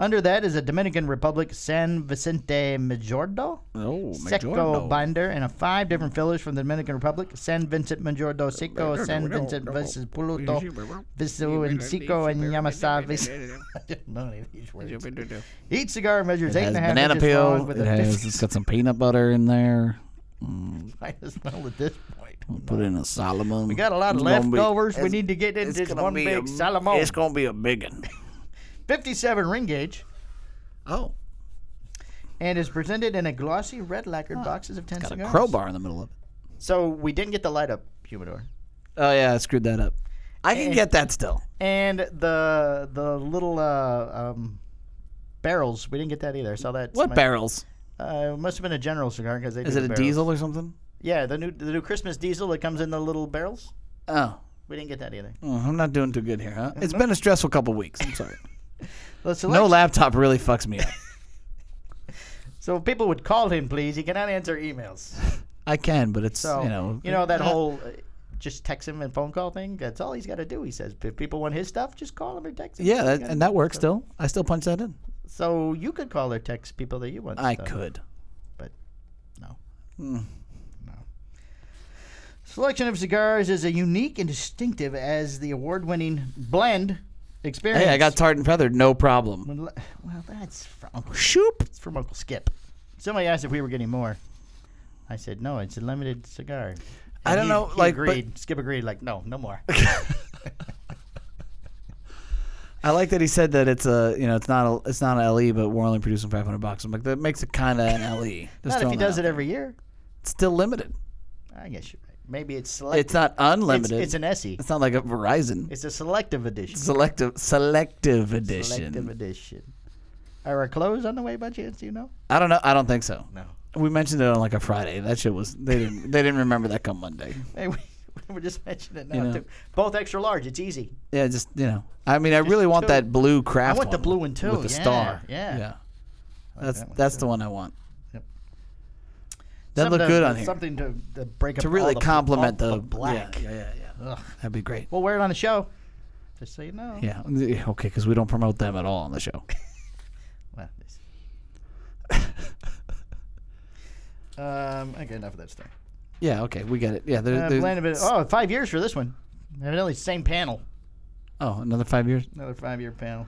Speaker 1: Under that is a Dominican Republic San Vicente Majordo,
Speaker 2: Oh,
Speaker 1: Seco binder, and a five different fillers from the Dominican Republic San Vincent Majordo Seco, San Vincent versus Puluto, Visu, and Seco, and Yamasa Visu. I don't know any of these words. Each cigar measures eight
Speaker 2: It has
Speaker 1: and a half
Speaker 2: banana
Speaker 1: inches long
Speaker 2: peel.
Speaker 1: with
Speaker 2: It
Speaker 1: a
Speaker 2: has. It's got some peanut butter in there.
Speaker 1: might as well at this point.
Speaker 2: Put in a Solomon. We
Speaker 1: Got a lot of leftovers. we need to get into this one big Salomon.
Speaker 2: It's gonna be a big one.
Speaker 1: 57 ring gauge
Speaker 2: Oh,
Speaker 1: and is presented in a glossy red lacquered boxes of 10
Speaker 2: got a
Speaker 1: cigars.
Speaker 2: crowbar in the middle of it.
Speaker 1: So we didn't get the light up humidor,
Speaker 2: Oh yeah, I screwed that up. I can get that still.
Speaker 1: and the the little uh, um, barrels. We didn't get that either. I saw that.
Speaker 2: What barrels?
Speaker 1: Uh, it must have been a General cigar because they.
Speaker 2: Is it
Speaker 1: do
Speaker 2: a
Speaker 1: the barrels.
Speaker 2: diesel or something?
Speaker 1: Yeah, the new the new Christmas diesel that comes in the little barrels.
Speaker 2: Oh,
Speaker 1: We didn't get that either.
Speaker 2: Mm, I'm not doing too good here, huh? It's been a stressful couple weeks. I'm sorry.
Speaker 1: Let's select-
Speaker 2: No laptop really fucks me up.
Speaker 1: So if people would call him, please. He cannot answer emails.
Speaker 2: I can, but it's
Speaker 1: So
Speaker 2: you know
Speaker 1: that
Speaker 2: uh,
Speaker 1: whole uh, just text him and phone call thing. That's all he's got to do. He says if people want his stuff, just call him or text him.
Speaker 2: yeah,
Speaker 1: That's
Speaker 2: that,
Speaker 1: all you
Speaker 2: and
Speaker 1: gotta
Speaker 2: that works still. I still punch that in.
Speaker 1: do. So you could call or text people that you want.
Speaker 2: I
Speaker 1: stuff.
Speaker 2: could.
Speaker 1: Selection of cigars is as unique and distinctive as the award-winning blend experience.
Speaker 2: Hey, I got tarred and feathered, no problem.
Speaker 1: Well, that's from Uncle,
Speaker 2: Shoop.
Speaker 1: it's from Uncle Skip. Somebody asked if we were getting more. I said no. It's a limited cigar.
Speaker 2: I
Speaker 1: And
Speaker 2: don't
Speaker 1: he-
Speaker 2: know,
Speaker 1: he
Speaker 2: like, but-
Speaker 1: agreed. Skip agreed. Like, no, no more.
Speaker 2: I like that he said that it's a you know it's not a it's not an LE, but we're only producing 500 bucks. I'm like that makes it kind of an LE. Just
Speaker 1: Not if he
Speaker 2: throwing that
Speaker 1: does
Speaker 2: out
Speaker 1: it
Speaker 2: there.
Speaker 1: every year.
Speaker 2: It's still limited.
Speaker 1: I guess you're right. Maybe it's selective.
Speaker 2: It's not
Speaker 1: It's,
Speaker 2: unlimited.
Speaker 1: it's an SE.
Speaker 2: It's not like a Verizon.
Speaker 1: It's a selective edition.
Speaker 2: selective selective edition.
Speaker 1: Selective edition. Are our clothes on the way by chance? Do you know?
Speaker 2: I don't know. I don't think so.
Speaker 1: No.
Speaker 2: We mentioned it on like a Friday. That shit was they didn't they didn't remember that come Monday.
Speaker 1: Hey, we, we were just mentioning it now.
Speaker 2: know.
Speaker 1: too. Both extra large. It's easy.
Speaker 2: Yeah, just you know. I mean, I really want
Speaker 1: two.
Speaker 2: that blue
Speaker 1: I
Speaker 2: craft.
Speaker 1: want the
Speaker 2: one
Speaker 1: blue one too.
Speaker 2: with the
Speaker 1: yeah,
Speaker 2: star.
Speaker 1: Yeah.
Speaker 2: yeah. That's
Speaker 1: that one
Speaker 2: that's the one I want.
Speaker 1: Yep.
Speaker 2: That
Speaker 1: Something
Speaker 2: looked
Speaker 1: to-
Speaker 2: good on here
Speaker 1: Something to, to break up
Speaker 2: to really
Speaker 1: all the,
Speaker 2: complement
Speaker 1: all
Speaker 2: the,
Speaker 1: the black.
Speaker 2: Yeah, yeah, yeah. yeah.
Speaker 1: Ugh.
Speaker 2: That'd be great.
Speaker 1: We'll wear it on the show. Just so you know.
Speaker 2: Yeah. Yeah, Okay, because we don't promote them at all on the show.
Speaker 1: Well, this. um. Okay. Enough of that stuff.
Speaker 2: Yeah. Okay, we get it. Yeah. They're,
Speaker 1: Uh,
Speaker 2: they're-
Speaker 1: Blend a bit. Oh, five years for this one. Evidently, same panel.
Speaker 2: oh, another five years.
Speaker 1: Another five year panel.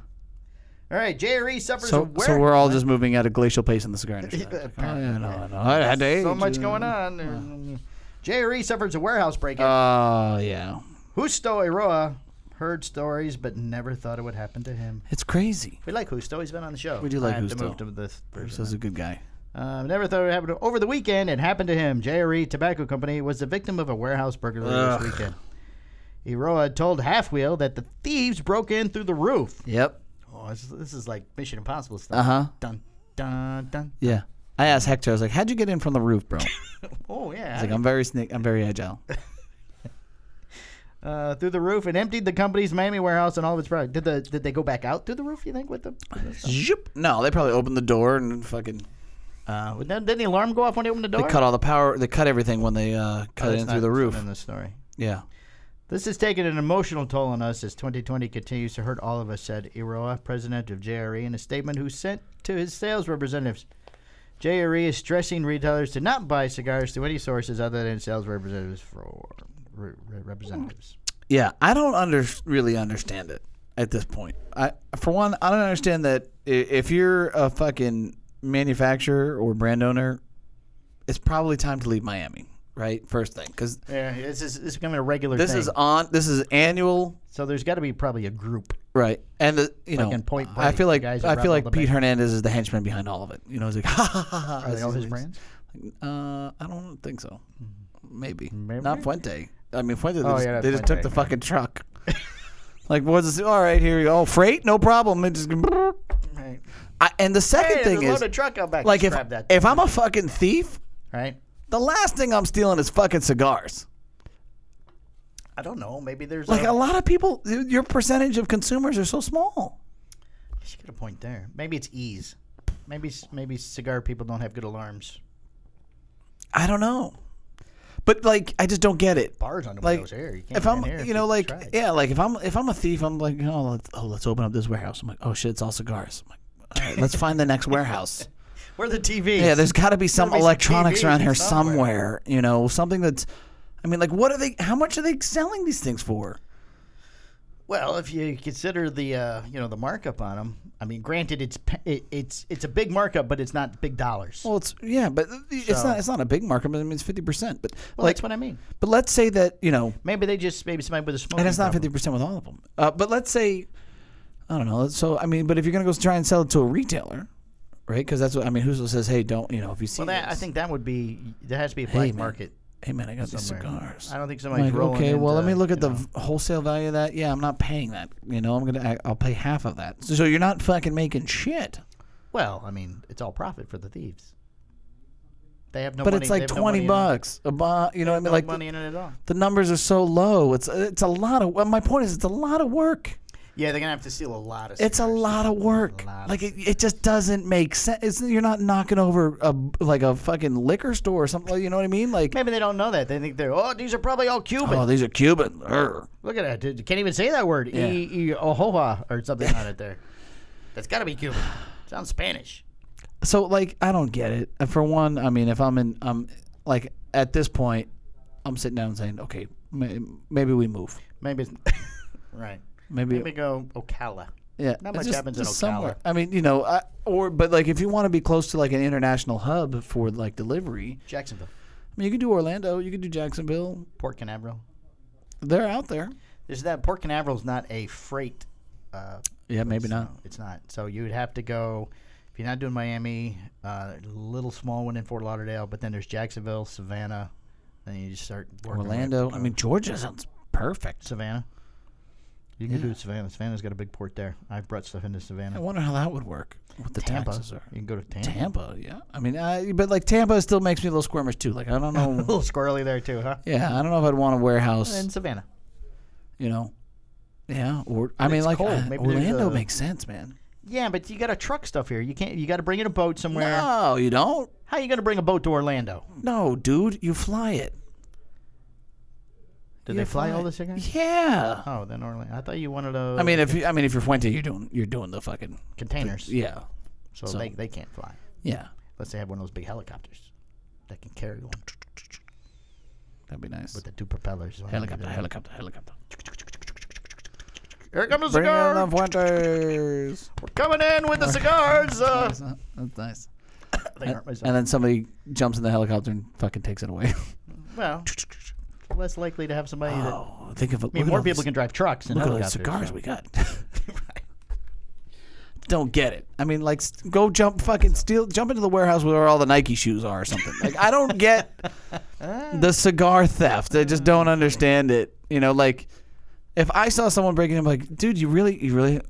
Speaker 1: All right, JRE suffers
Speaker 2: So,
Speaker 1: a
Speaker 2: so
Speaker 1: wear-
Speaker 2: we're all just moving at a glacial pace in the cigar industry. Like, oh,
Speaker 1: Apparently,
Speaker 2: yeah, no, no, I had to
Speaker 1: so
Speaker 2: age,
Speaker 1: much
Speaker 2: uh,
Speaker 1: going on. Mm. JRE suffers a warehouse break in.
Speaker 2: Oh yeah,
Speaker 1: Justo Iroa heard stories but never thought it would happen to him.
Speaker 2: it's crazy.
Speaker 1: We like Justo. He's been on the show.
Speaker 2: We do like
Speaker 1: I have to
Speaker 2: Justo.
Speaker 1: move to this person.
Speaker 2: This is a good guy.
Speaker 1: Um, never thought it would happen to Over the weekend, it happened to him. JRE Tobacco Company was the victim of a warehouse burglary
Speaker 2: Ugh.
Speaker 1: this weekend. Iroa told Half Wheel that the thieves broke in through the roof.
Speaker 2: Yep.
Speaker 1: Oh, this, this is like Mission Impossible stuff.
Speaker 2: Uh huh.
Speaker 1: Dun, dun, dun.
Speaker 2: Yeah. I asked Hector. I was like, "How'd you get in from the roof, bro?" He's
Speaker 1: Oh, yeah.
Speaker 2: like, "I'm very sneak. I'm very agile."
Speaker 1: uh, through the roof and emptied the company's Miami warehouse and all of its products. Did the did they go back out through the roof? You think with the?
Speaker 2: Zhup. No, they probably opened the door and fucking.
Speaker 1: Uh, would that- didn't the alarm go off when they opened the
Speaker 2: They
Speaker 1: door? Oh,
Speaker 2: cut all the power. They cut everything when they uh, cut
Speaker 1: That's
Speaker 2: in through
Speaker 1: not-
Speaker 2: the
Speaker 1: that's
Speaker 2: roof.
Speaker 1: not In the story,
Speaker 2: Yeah.
Speaker 1: this has taken an emotional toll on us as 2020 continues to hurt all of us," said Iroa, president of JRE, in a statement who sent to his sales representatives. JRE is stressing retailers to not buy cigars through any sources other than sales representatives for re- re- representatives.
Speaker 2: Yeah, I don't under really understand it at this point. I for one, I don't understand that i- if you're a fucking manufacturer or brand owner, it's probably time to leave Miami, right? First thing, because
Speaker 1: Yeah, this is this is becoming a regular
Speaker 2: this
Speaker 1: thing.
Speaker 2: is on this is annual,
Speaker 1: so there's got to be probably a group.
Speaker 2: right? And the you
Speaker 1: Like
Speaker 2: know,
Speaker 1: in Point
Speaker 2: I
Speaker 1: Break,
Speaker 2: feel
Speaker 1: the
Speaker 2: like
Speaker 1: guys that
Speaker 2: I
Speaker 1: rob
Speaker 2: feel
Speaker 1: all
Speaker 2: like
Speaker 1: the
Speaker 2: Pete
Speaker 1: banks.
Speaker 2: Hernandez is the henchman behind all of it. You know, he's like, ha ha ha ha.
Speaker 1: Are
Speaker 2: this
Speaker 1: they all
Speaker 2: is
Speaker 1: his
Speaker 2: what
Speaker 1: brands?
Speaker 2: he's- Uh, I don't think so. Maybe.
Speaker 1: Maybe?
Speaker 2: not Fuente. I mean, Fuente. They
Speaker 1: Oh,
Speaker 2: just,
Speaker 1: yeah, that's
Speaker 2: they just took
Speaker 1: Fuente,
Speaker 2: the
Speaker 1: yeah.
Speaker 2: fucking truck. like, what's this? All right, here you go. Oh, Freight, no problem. It just.
Speaker 1: Right.
Speaker 2: I, and the second
Speaker 1: Hey,
Speaker 2: thing
Speaker 1: there's
Speaker 2: is,
Speaker 1: a loaded truck out back.
Speaker 2: like, if
Speaker 1: Just grab that,
Speaker 2: if I'm a fucking thief,
Speaker 1: right?
Speaker 2: the last thing I'm stealing is fucking cigars.
Speaker 1: I don't know. Maybe there's
Speaker 2: Like
Speaker 1: a,
Speaker 2: a lot of people, y- your percentage of consumers are so small.
Speaker 1: she got a point there. Maybe it's ease. Maybe s- maybe cigar people don't have good alarms.
Speaker 2: I don't know, but like, I just don't get it.
Speaker 1: Bars on the
Speaker 2: Like,
Speaker 1: windows here. You can't
Speaker 2: if
Speaker 1: get
Speaker 2: I'm,
Speaker 1: in here
Speaker 2: you know, like,
Speaker 1: tried.
Speaker 2: yeah, like if I'm, if I'm a thief, I'm like, oh, let's, oh, let's open up this warehouse. I'm like, oh shit, it's all cigars. I'm like, all right, let's find the next warehouse.
Speaker 1: where are the TVs?
Speaker 2: Yeah, there's got to be some
Speaker 1: be some
Speaker 2: electronics around
Speaker 1: TVs
Speaker 2: here
Speaker 1: somewhere.
Speaker 2: somewhere. You know, something that's, I mean, like, what are they? How much are they selling these things for?
Speaker 1: well, if you consider the uh, you know the markup on them, I mean, granted, it's pa- it, it's it's a big markup, but it's not big dollars. Well,
Speaker 2: Well, it's yeah, but it's
Speaker 1: So-
Speaker 2: not. It's not a big market. but I mean, it's fifty percent. But like,
Speaker 1: that's what I mean.
Speaker 2: but let's say that you know,
Speaker 1: Maybe they just maybe somebody with a smoking.
Speaker 2: and it's not
Speaker 1: problem.
Speaker 2: fifty percent with all of them. Uh, but let's say, I don't know. So I mean, but if you're gonna go try and sell it to a retailer, right? Because that's what I mean. Who says, hey, don't you know? If you see,
Speaker 1: Well, that, I
Speaker 2: this-
Speaker 1: think that would be there has to be a black
Speaker 2: man.
Speaker 1: market.
Speaker 2: hey man, I got these
Speaker 1: somewhere.
Speaker 2: cigars.
Speaker 1: I don't think somebody's
Speaker 2: Like,
Speaker 1: rolling.
Speaker 2: okay, well, let
Speaker 1: into,
Speaker 2: me look at the
Speaker 1: you know,
Speaker 2: v- wholesale value of that. Yeah, I'm not paying that. You know, I'm gonna, I, I'll pay half of that. So, so you're not fucking making shit.
Speaker 1: Well, I mean, it's all profit for the thieves. They have no.
Speaker 2: But
Speaker 1: money,
Speaker 2: it's
Speaker 1: they
Speaker 2: like
Speaker 1: have no
Speaker 2: twenty
Speaker 1: money in it.
Speaker 2: bucks a bu- You know, what I mean,
Speaker 1: No
Speaker 2: like
Speaker 1: money in it at all.
Speaker 2: the numbers are so low. It's it's a lot of. Well, my point is, it's a lot of work.
Speaker 1: Yeah, they're gonna have to steal a lot of.
Speaker 2: It's a
Speaker 1: cigars.
Speaker 2: lot of work.
Speaker 1: lot of
Speaker 2: Like it, it just doesn't make sense. It's, you're not knocking over a like a fucking liquor store or something. You know what I mean? Like,
Speaker 1: Maybe they don't know that. They think they're oh, these are probably all Cuban.
Speaker 2: oh, these are Cuban. Urgh.
Speaker 1: Look at that, dude. You can't even say that word.
Speaker 2: Yeah.
Speaker 1: E, e, ohoa, or something on it there. That's got to be Cuban. Sounds Spanish.
Speaker 2: So like, I don't get it. And For one, I mean, if I'm in, I'm like at this point, I'm sitting down and saying, okay, may, maybe we move.
Speaker 1: Maybe it's. right.
Speaker 2: Maybe,
Speaker 1: Maybe go Ocala.
Speaker 2: yeah.
Speaker 1: not much
Speaker 2: just-
Speaker 1: happens in
Speaker 2: just
Speaker 1: Ocala.
Speaker 2: somewhere. I mean, you know, I, or but like if you want to be close to like an international hub for like delivery,
Speaker 1: Jacksonville.
Speaker 2: I mean, you can do Orlando, you can do Jacksonville.
Speaker 1: Port Canaveral.
Speaker 2: They're out there.
Speaker 1: Is that Port Canaveral's not a freight? Uh,
Speaker 2: Yeah, maybe
Speaker 1: place,
Speaker 2: not.
Speaker 1: no, it's not. So you would have to go. If you're not doing Miami, uh, little small one in Fort Lauderdale, but then there's Jacksonville, Savannah, then you just start working with-
Speaker 2: Orlando. I mean, Georgia sounds perfect.
Speaker 1: Savannah. You can
Speaker 2: Yeah.
Speaker 1: do Savannah. Savannah's got a big port there. I've brought stuff into
Speaker 2: I
Speaker 1: Savannah.
Speaker 2: wonder how that would work. What the
Speaker 1: Tampa.
Speaker 2: taxes are.
Speaker 1: You can go to Tampa.
Speaker 2: Tampa, yeah. I mean, I, but like Tampa still makes me a little squirmish too. Like I don't
Speaker 1: a
Speaker 2: know.
Speaker 1: little squirrely there too, huh?
Speaker 2: yeah, I don't know if I'd want a warehouse.
Speaker 1: And Savannah.
Speaker 2: You know. Yeah, or I
Speaker 1: But
Speaker 2: mean,
Speaker 1: it's
Speaker 2: like
Speaker 1: cold.
Speaker 2: uh,
Speaker 1: Maybe there's
Speaker 2: Orlando
Speaker 1: a-
Speaker 2: makes sense, man.
Speaker 1: Yeah, but you got to truck stuff here. You can't. You got to bring in a boat somewhere.
Speaker 2: No, you don't.
Speaker 1: How you going to bring a boat to Orlando?
Speaker 2: No, dude, you fly it.
Speaker 1: Do
Speaker 2: You
Speaker 1: they fly all
Speaker 2: it.
Speaker 1: the cigarettes?
Speaker 2: Yeah.
Speaker 1: Oh, then Orlando. I thought you wanted a.
Speaker 2: I mean, if you, I mean, if you're Fuente, you're doing, you're doing the fucking.
Speaker 1: containers.
Speaker 2: Yeah.
Speaker 1: so,
Speaker 2: so-
Speaker 1: they they can't fly.
Speaker 2: Yeah.
Speaker 1: Unless they have one of those big helicopters that can carry one
Speaker 2: That'd be nice.
Speaker 1: with the two propellers.
Speaker 2: Helicopter, helicopter, helicopter.
Speaker 1: Here comes the
Speaker 2: Bring in
Speaker 1: cigar.
Speaker 2: the Fuentes.
Speaker 1: We're coming in with the cigars. Uh,
Speaker 2: That's nice. That's nice.
Speaker 1: they hurt myself.
Speaker 2: And then somebody jumps in the helicopter and fucking takes it away.
Speaker 1: well, less likely to have somebody that. I
Speaker 2: oh, think of it.
Speaker 1: mean, more people can drive trucks and
Speaker 2: look at all the cigars
Speaker 1: helicopters. so-
Speaker 2: we got. Don't get it. I mean, like, s- go jump, fucking steal, jump into the warehouse where all the Nike shoes are or something. Like, I don't get the cigar theft. I just don't understand it. You know, like, if I saw someone breaking in, I'm like, dude, you really, you really,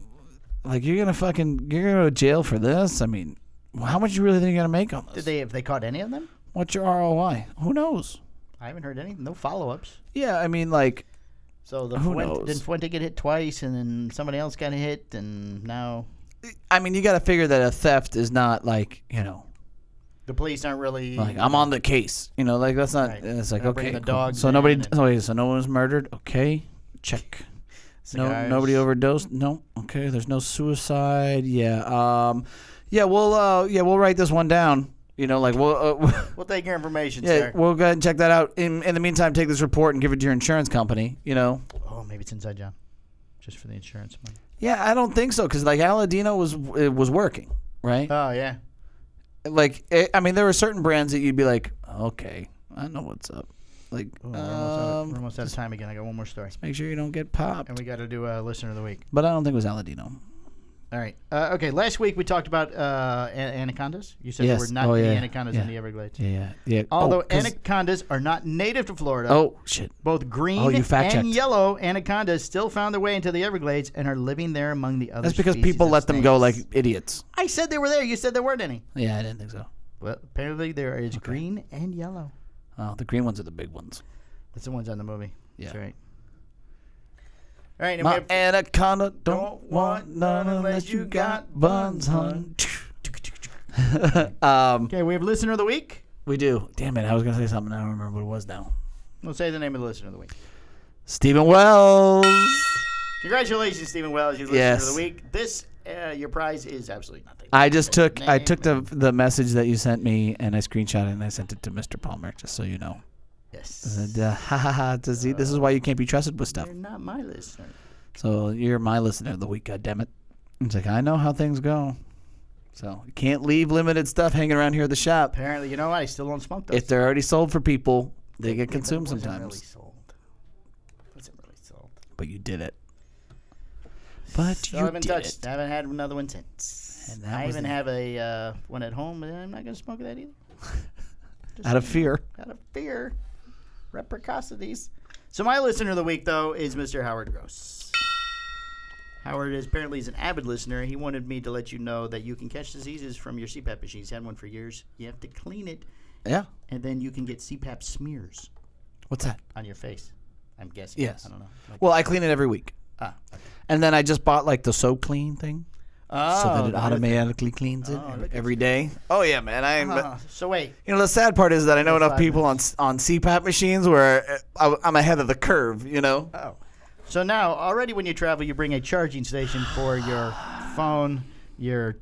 Speaker 2: like, you're gonna fucking, you're gonna go to jail for this. I mean, how much you really think you're gonna make on
Speaker 1: Did
Speaker 2: this?
Speaker 1: they? Have they caught any of them?
Speaker 2: What's your ROI? Who knows?
Speaker 1: I haven't heard any. No follow-ups.
Speaker 2: Yeah, I mean, like,
Speaker 1: So the
Speaker 2: Who
Speaker 1: Fuente,
Speaker 2: knows?
Speaker 1: did Fuente get hit twice, and then somebody else got hit, and now
Speaker 2: I mean, you got to figure that a theft is not like, you know,
Speaker 1: the police aren't really.
Speaker 2: like I'm on the case. You know, like that's not.
Speaker 1: Mm-hmm. Right.
Speaker 2: It's like
Speaker 1: Gotta
Speaker 2: okay,
Speaker 1: bring the
Speaker 2: cool.
Speaker 1: dogs
Speaker 2: so nobody.
Speaker 1: in and-
Speaker 2: oh, wait, so no one was murdered. Okay, check. No,
Speaker 1: Cigars.
Speaker 2: nobody overdosed. No. Okay, there's no suicide. Yeah. Um, yeah. We'll. Uh, yeah, we'll write this one down. You know, like we'll. Uh,
Speaker 1: We'll take your information,
Speaker 2: yeah,
Speaker 1: sir.
Speaker 2: we'll go ahead and check that out. In, in the meantime, take this report and give it to your insurance company. You know.
Speaker 1: Oh, maybe it's inside job, just for the insurance money.
Speaker 2: Yeah, I don't think so because like Aladino was it was working, right?
Speaker 1: Oh yeah,
Speaker 2: like it, I mean, there were certain brands that you'd be like, okay, I know what's up. Like,
Speaker 1: Ooh, we're, almost out of, we're
Speaker 2: um,
Speaker 1: almost out of time again. I got one more story,
Speaker 2: make sure you don't get popped.
Speaker 1: and we got to do a listener of the week.
Speaker 2: But I don't think it was Aladino.
Speaker 1: All right. Uh, okay. Last week we talked about uh, a- anacondas. You said
Speaker 2: Yes.
Speaker 1: there were not
Speaker 2: Oh,
Speaker 1: any
Speaker 2: yeah.
Speaker 1: anacondas in
Speaker 2: Yeah.
Speaker 1: the Everglades.
Speaker 2: Yeah, yeah, yeah. oh,
Speaker 1: Although
Speaker 2: 'cause-
Speaker 1: anacondas are not native to Florida,
Speaker 2: oh shit,
Speaker 1: both green
Speaker 2: Oh, you
Speaker 1: and
Speaker 2: fact-checked.
Speaker 1: yellow anacondas still found their way into the Everglades and are living there among the other.
Speaker 2: that's because
Speaker 1: species
Speaker 2: people
Speaker 1: of
Speaker 2: let them go like
Speaker 1: snakes.
Speaker 2: idiots.
Speaker 1: I said they were there. You said there weren't any.
Speaker 2: Yeah, I didn't think so.
Speaker 1: Well, apparently there is green and yellow.
Speaker 2: Oh, the green ones are the big ones.
Speaker 1: That's the ones on the movie.
Speaker 2: Yeah.
Speaker 1: That's right. All right. And we
Speaker 2: My
Speaker 1: have-
Speaker 2: anaconda don't,
Speaker 1: Don't
Speaker 2: want none unless you got buns, hun. um,
Speaker 1: okay. We have listener of the week.
Speaker 2: we do. Damn it, I was gonna say something. I don't remember what it was now.
Speaker 1: We'll say the name of the listener of the week.
Speaker 2: Stephen Wells.
Speaker 1: Congratulations, Stephen Wells. You listener
Speaker 2: Yes.
Speaker 1: of the week. This uh, your prize is absolutely nothing.
Speaker 2: I just took I
Speaker 1: name
Speaker 2: took the the message that you sent me and I screenshot it and I sent it to Mr. Palmer just so you know.
Speaker 1: yes.
Speaker 2: And, uh, ha ha ha! to see- This is why you can't be trusted with stuff.
Speaker 1: You're not my listener.
Speaker 2: So you're my listener of the week. God damn it! It's like I know how things go. So you can't leave limited stuff hanging around here at the shop.
Speaker 1: Apparently, you know what? I still don't smoke those.
Speaker 2: If they're already sold for people, they get
Speaker 1: But it
Speaker 2: consumed
Speaker 1: wasn't
Speaker 2: sometimes.
Speaker 1: Really sold. Wasn't really sold.
Speaker 2: But you did it. But
Speaker 1: So I
Speaker 2: you
Speaker 1: haven't
Speaker 2: did
Speaker 1: touched.
Speaker 2: it.
Speaker 1: I haven't had another one since.
Speaker 2: And that
Speaker 1: I
Speaker 2: was
Speaker 1: even
Speaker 2: the-
Speaker 1: have a uh, one at home, and I'm not gonna smoke that either
Speaker 2: Out of fear.
Speaker 1: out of fear. Repercosities. So my listener of the week though is Mr. Howard Gross. Howard is apparently is an avid listener. He wanted me to let you know that you can catch diseases from your CPAP machine. He's had one for years. You have to clean it,
Speaker 2: Yeah.
Speaker 1: and then you can get CPAP smears
Speaker 2: What's that?
Speaker 1: on your face. I'm guessing.
Speaker 2: Yes.
Speaker 1: I don't know. Like-
Speaker 2: Well, I clean it every week.
Speaker 1: ah.
Speaker 2: And then I just bought like the soap clean thing
Speaker 1: Oh,
Speaker 2: so that it
Speaker 1: the other thing.
Speaker 2: automatically cleans it
Speaker 1: Oh,
Speaker 2: every-
Speaker 1: look at
Speaker 2: every day. Oh yeah, man. I am
Speaker 1: Ah, so wait,
Speaker 2: You know, the sad part is that I know enough
Speaker 1: five
Speaker 2: people on s- on CPAP machines where uh, I- I'm ahead of the curve. You know.
Speaker 1: Oh. So now, already when you travel, you bring a charging station for your phone, your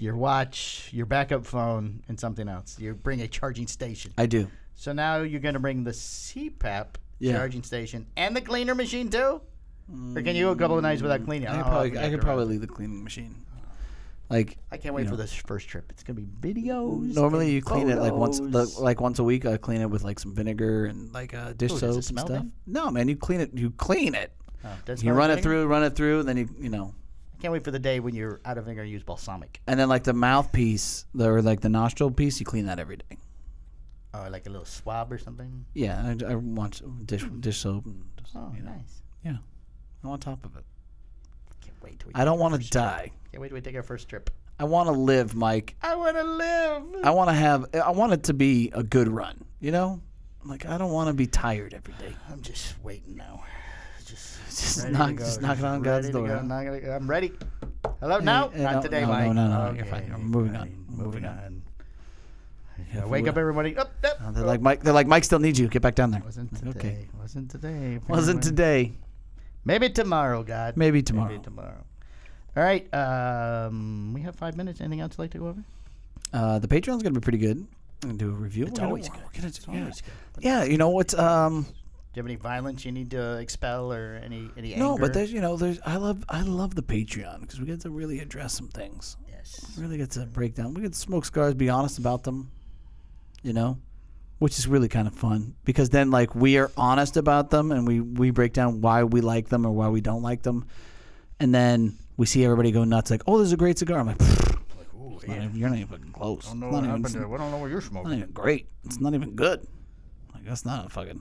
Speaker 1: your watch, your backup phone, and something else. You bring a charging station.
Speaker 2: I do.
Speaker 1: So now you're going to bring the CPAP
Speaker 2: Yeah.
Speaker 1: charging station and the cleaner machine too? Or can you go a couple of nights without cleaning?
Speaker 2: I could
Speaker 1: Oh,
Speaker 2: probably,
Speaker 1: forgot
Speaker 2: I
Speaker 1: to
Speaker 2: could
Speaker 1: run.
Speaker 2: probably leave the cleaning machine. Like
Speaker 1: I can't wait
Speaker 2: you
Speaker 1: for
Speaker 2: know.
Speaker 1: this first trip. It's going to be videos.
Speaker 2: normally,
Speaker 1: and
Speaker 2: you clean it like once, the,
Speaker 1: photos.
Speaker 2: like once a week. I clean it with like some vinegar and like uh, dish
Speaker 1: Ooh, does it
Speaker 2: soap and
Speaker 1: smell
Speaker 2: stuff.
Speaker 1: then?
Speaker 2: No, man, you clean it. You clean it.
Speaker 1: Oh, does
Speaker 2: You
Speaker 1: smell
Speaker 2: run
Speaker 1: like
Speaker 2: it
Speaker 1: vinegar?
Speaker 2: through, run it through, and then you you know,
Speaker 1: I can't wait for the day when you're out of vinegar and use balsamic.
Speaker 2: and then like the mouthpiece the- or like the nostril piece, you clean that every day.
Speaker 1: Or like a little swab or something.
Speaker 2: Yeah, I, I want dish dish soap. And just,
Speaker 1: Oh,
Speaker 2: you know,
Speaker 1: nice.
Speaker 2: yeah, I'm on top of it.
Speaker 1: Can't wait till we
Speaker 2: I don't want to die.
Speaker 1: Can't wait till we take our first trip.
Speaker 2: I want to live, Mike.
Speaker 1: I want to live.
Speaker 2: I want to have. I want it to be a good run. You know, like I don't want to be tired every day.
Speaker 1: I'm just waiting now. Just,
Speaker 2: Just
Speaker 1: ready to
Speaker 2: knock,
Speaker 1: go.
Speaker 2: just knocking on
Speaker 1: ready
Speaker 2: God's
Speaker 1: to
Speaker 2: door.
Speaker 1: go.
Speaker 2: huh?
Speaker 1: Knock it- I'm ready. Hello? no,
Speaker 2: hey,
Speaker 1: not
Speaker 2: no,
Speaker 1: today,
Speaker 2: no,
Speaker 1: Mike.
Speaker 2: no, no, no, you're fine. I'm moving on.
Speaker 1: fine.
Speaker 2: I'm moving on.
Speaker 1: I wake
Speaker 2: we-
Speaker 1: up every morning. Up, up.
Speaker 2: Oh, They're like Mike. They're like Mike. Still needs you. Get back down there.
Speaker 1: Wasn't
Speaker 2: Like,
Speaker 1: today.
Speaker 2: Okay.
Speaker 1: Wasn't today.
Speaker 2: Wasn't
Speaker 1: Everyone-
Speaker 2: today.
Speaker 1: Maybe tomorrow, God.
Speaker 2: Maybe tomorrow.
Speaker 1: Maybe tomorrow. All right. Um, we have five minutes. Anything else you'd like to go over?
Speaker 2: Uh, the Patreon's gonna be pretty good. I'm gonna do a review. It's
Speaker 1: always good.
Speaker 2: It's
Speaker 1: always good.
Speaker 2: Yeah, you know what's um
Speaker 1: Do you have any violence you need to expel or any any anger?
Speaker 2: no, but there's you know there's I love I love the Patreon because we get to really address some things.
Speaker 1: yes.
Speaker 2: Really get to break down. We get to smoke cigars, be honest about them, you know, which is really kind of fun because then like we are honest about them and we we break down why we like them or why we don't like them, and then we see everybody go nuts like oh there's a great cigar. I'm like "Pfft,
Speaker 1: Ooh,
Speaker 2: not even- you're not even fucking close.
Speaker 1: I don't know
Speaker 2: Not
Speaker 1: what
Speaker 2: even-
Speaker 1: happened to. I don't know what you're smoking.
Speaker 2: not even great. It's not even good. Like that's not a fucking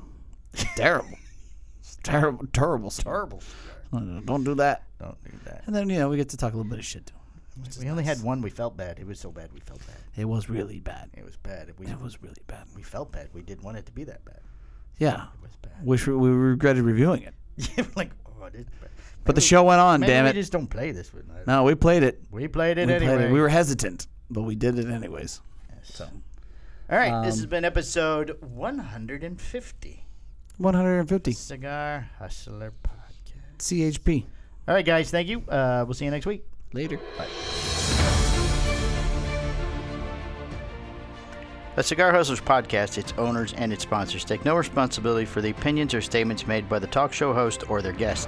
Speaker 2: it's terrible. It's terrible, terrible, terrible.
Speaker 1: Horrible.
Speaker 2: Don't do that.
Speaker 1: Don't do that.
Speaker 2: And then you know we get to talk a little bit of shit. Too.
Speaker 1: We only had one. We felt bad. It was so bad. We felt bad.
Speaker 2: It was really bad.
Speaker 1: It was bad. We
Speaker 2: It was really bad.
Speaker 1: we felt bad. We didn't want it to be that bad.
Speaker 2: Yeah,
Speaker 1: It was bad.
Speaker 2: which we, we regretted reviewing it.
Speaker 1: Yeah, we're like oh, this. Bad.
Speaker 2: But the show went on.
Speaker 1: Maybe
Speaker 2: Damn
Speaker 1: we
Speaker 2: it!
Speaker 1: just don't play this one. I-
Speaker 2: no, we played it.
Speaker 1: We played it
Speaker 2: We,
Speaker 1: anyway.
Speaker 2: played it. we were hesitant, but we did it anyways.
Speaker 1: so. All right. this has
Speaker 2: Um,
Speaker 1: been episode 150
Speaker 2: 150
Speaker 1: Cigar Hustler Podcast.
Speaker 2: CHP.
Speaker 1: All right, guys. Thank you. Uh, we'll see you next week.
Speaker 2: Later.
Speaker 1: The Cigar Hustlers podcast, its owners, and its sponsors take no responsibility for the opinions or statements made by the talk show host or their guest.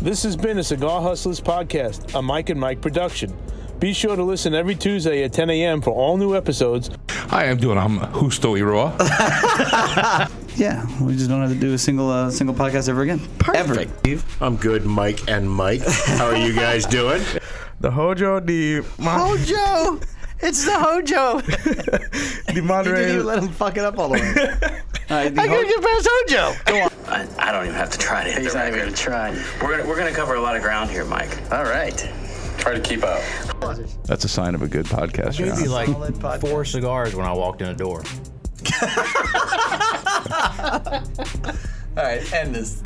Speaker 3: This has been a Cigar Hustlers podcast, a Mike and Mike production. Be sure to listen every Tuesday at 10 a.m. for all new episodes
Speaker 4: Hi, I'm doing. I'm Husto Iroa.
Speaker 2: Yeah, we just don't have to do a single uh, single podcast ever again. Perfect.
Speaker 5: I'm good, Mike and Mike. How are you guys doing?
Speaker 6: The Hojo, the Mon-
Speaker 2: Hojo, it's the Hojo.
Speaker 6: the
Speaker 2: You didn't
Speaker 6: Monterey.
Speaker 2: even let him fuck it up all the way. All right, the
Speaker 1: I
Speaker 2: Ho-
Speaker 1: gotta get past Ojo!
Speaker 7: I, I don't even have to try to hit the record.
Speaker 1: trying.
Speaker 7: We're gonna, we're gonna cover a lot of ground here, Mike.
Speaker 1: All right.
Speaker 8: Try to keep up.
Speaker 4: That's a sign of a good podcast. Maybe
Speaker 5: Maybe like four cigars when I walked in the door.
Speaker 6: All right, end this.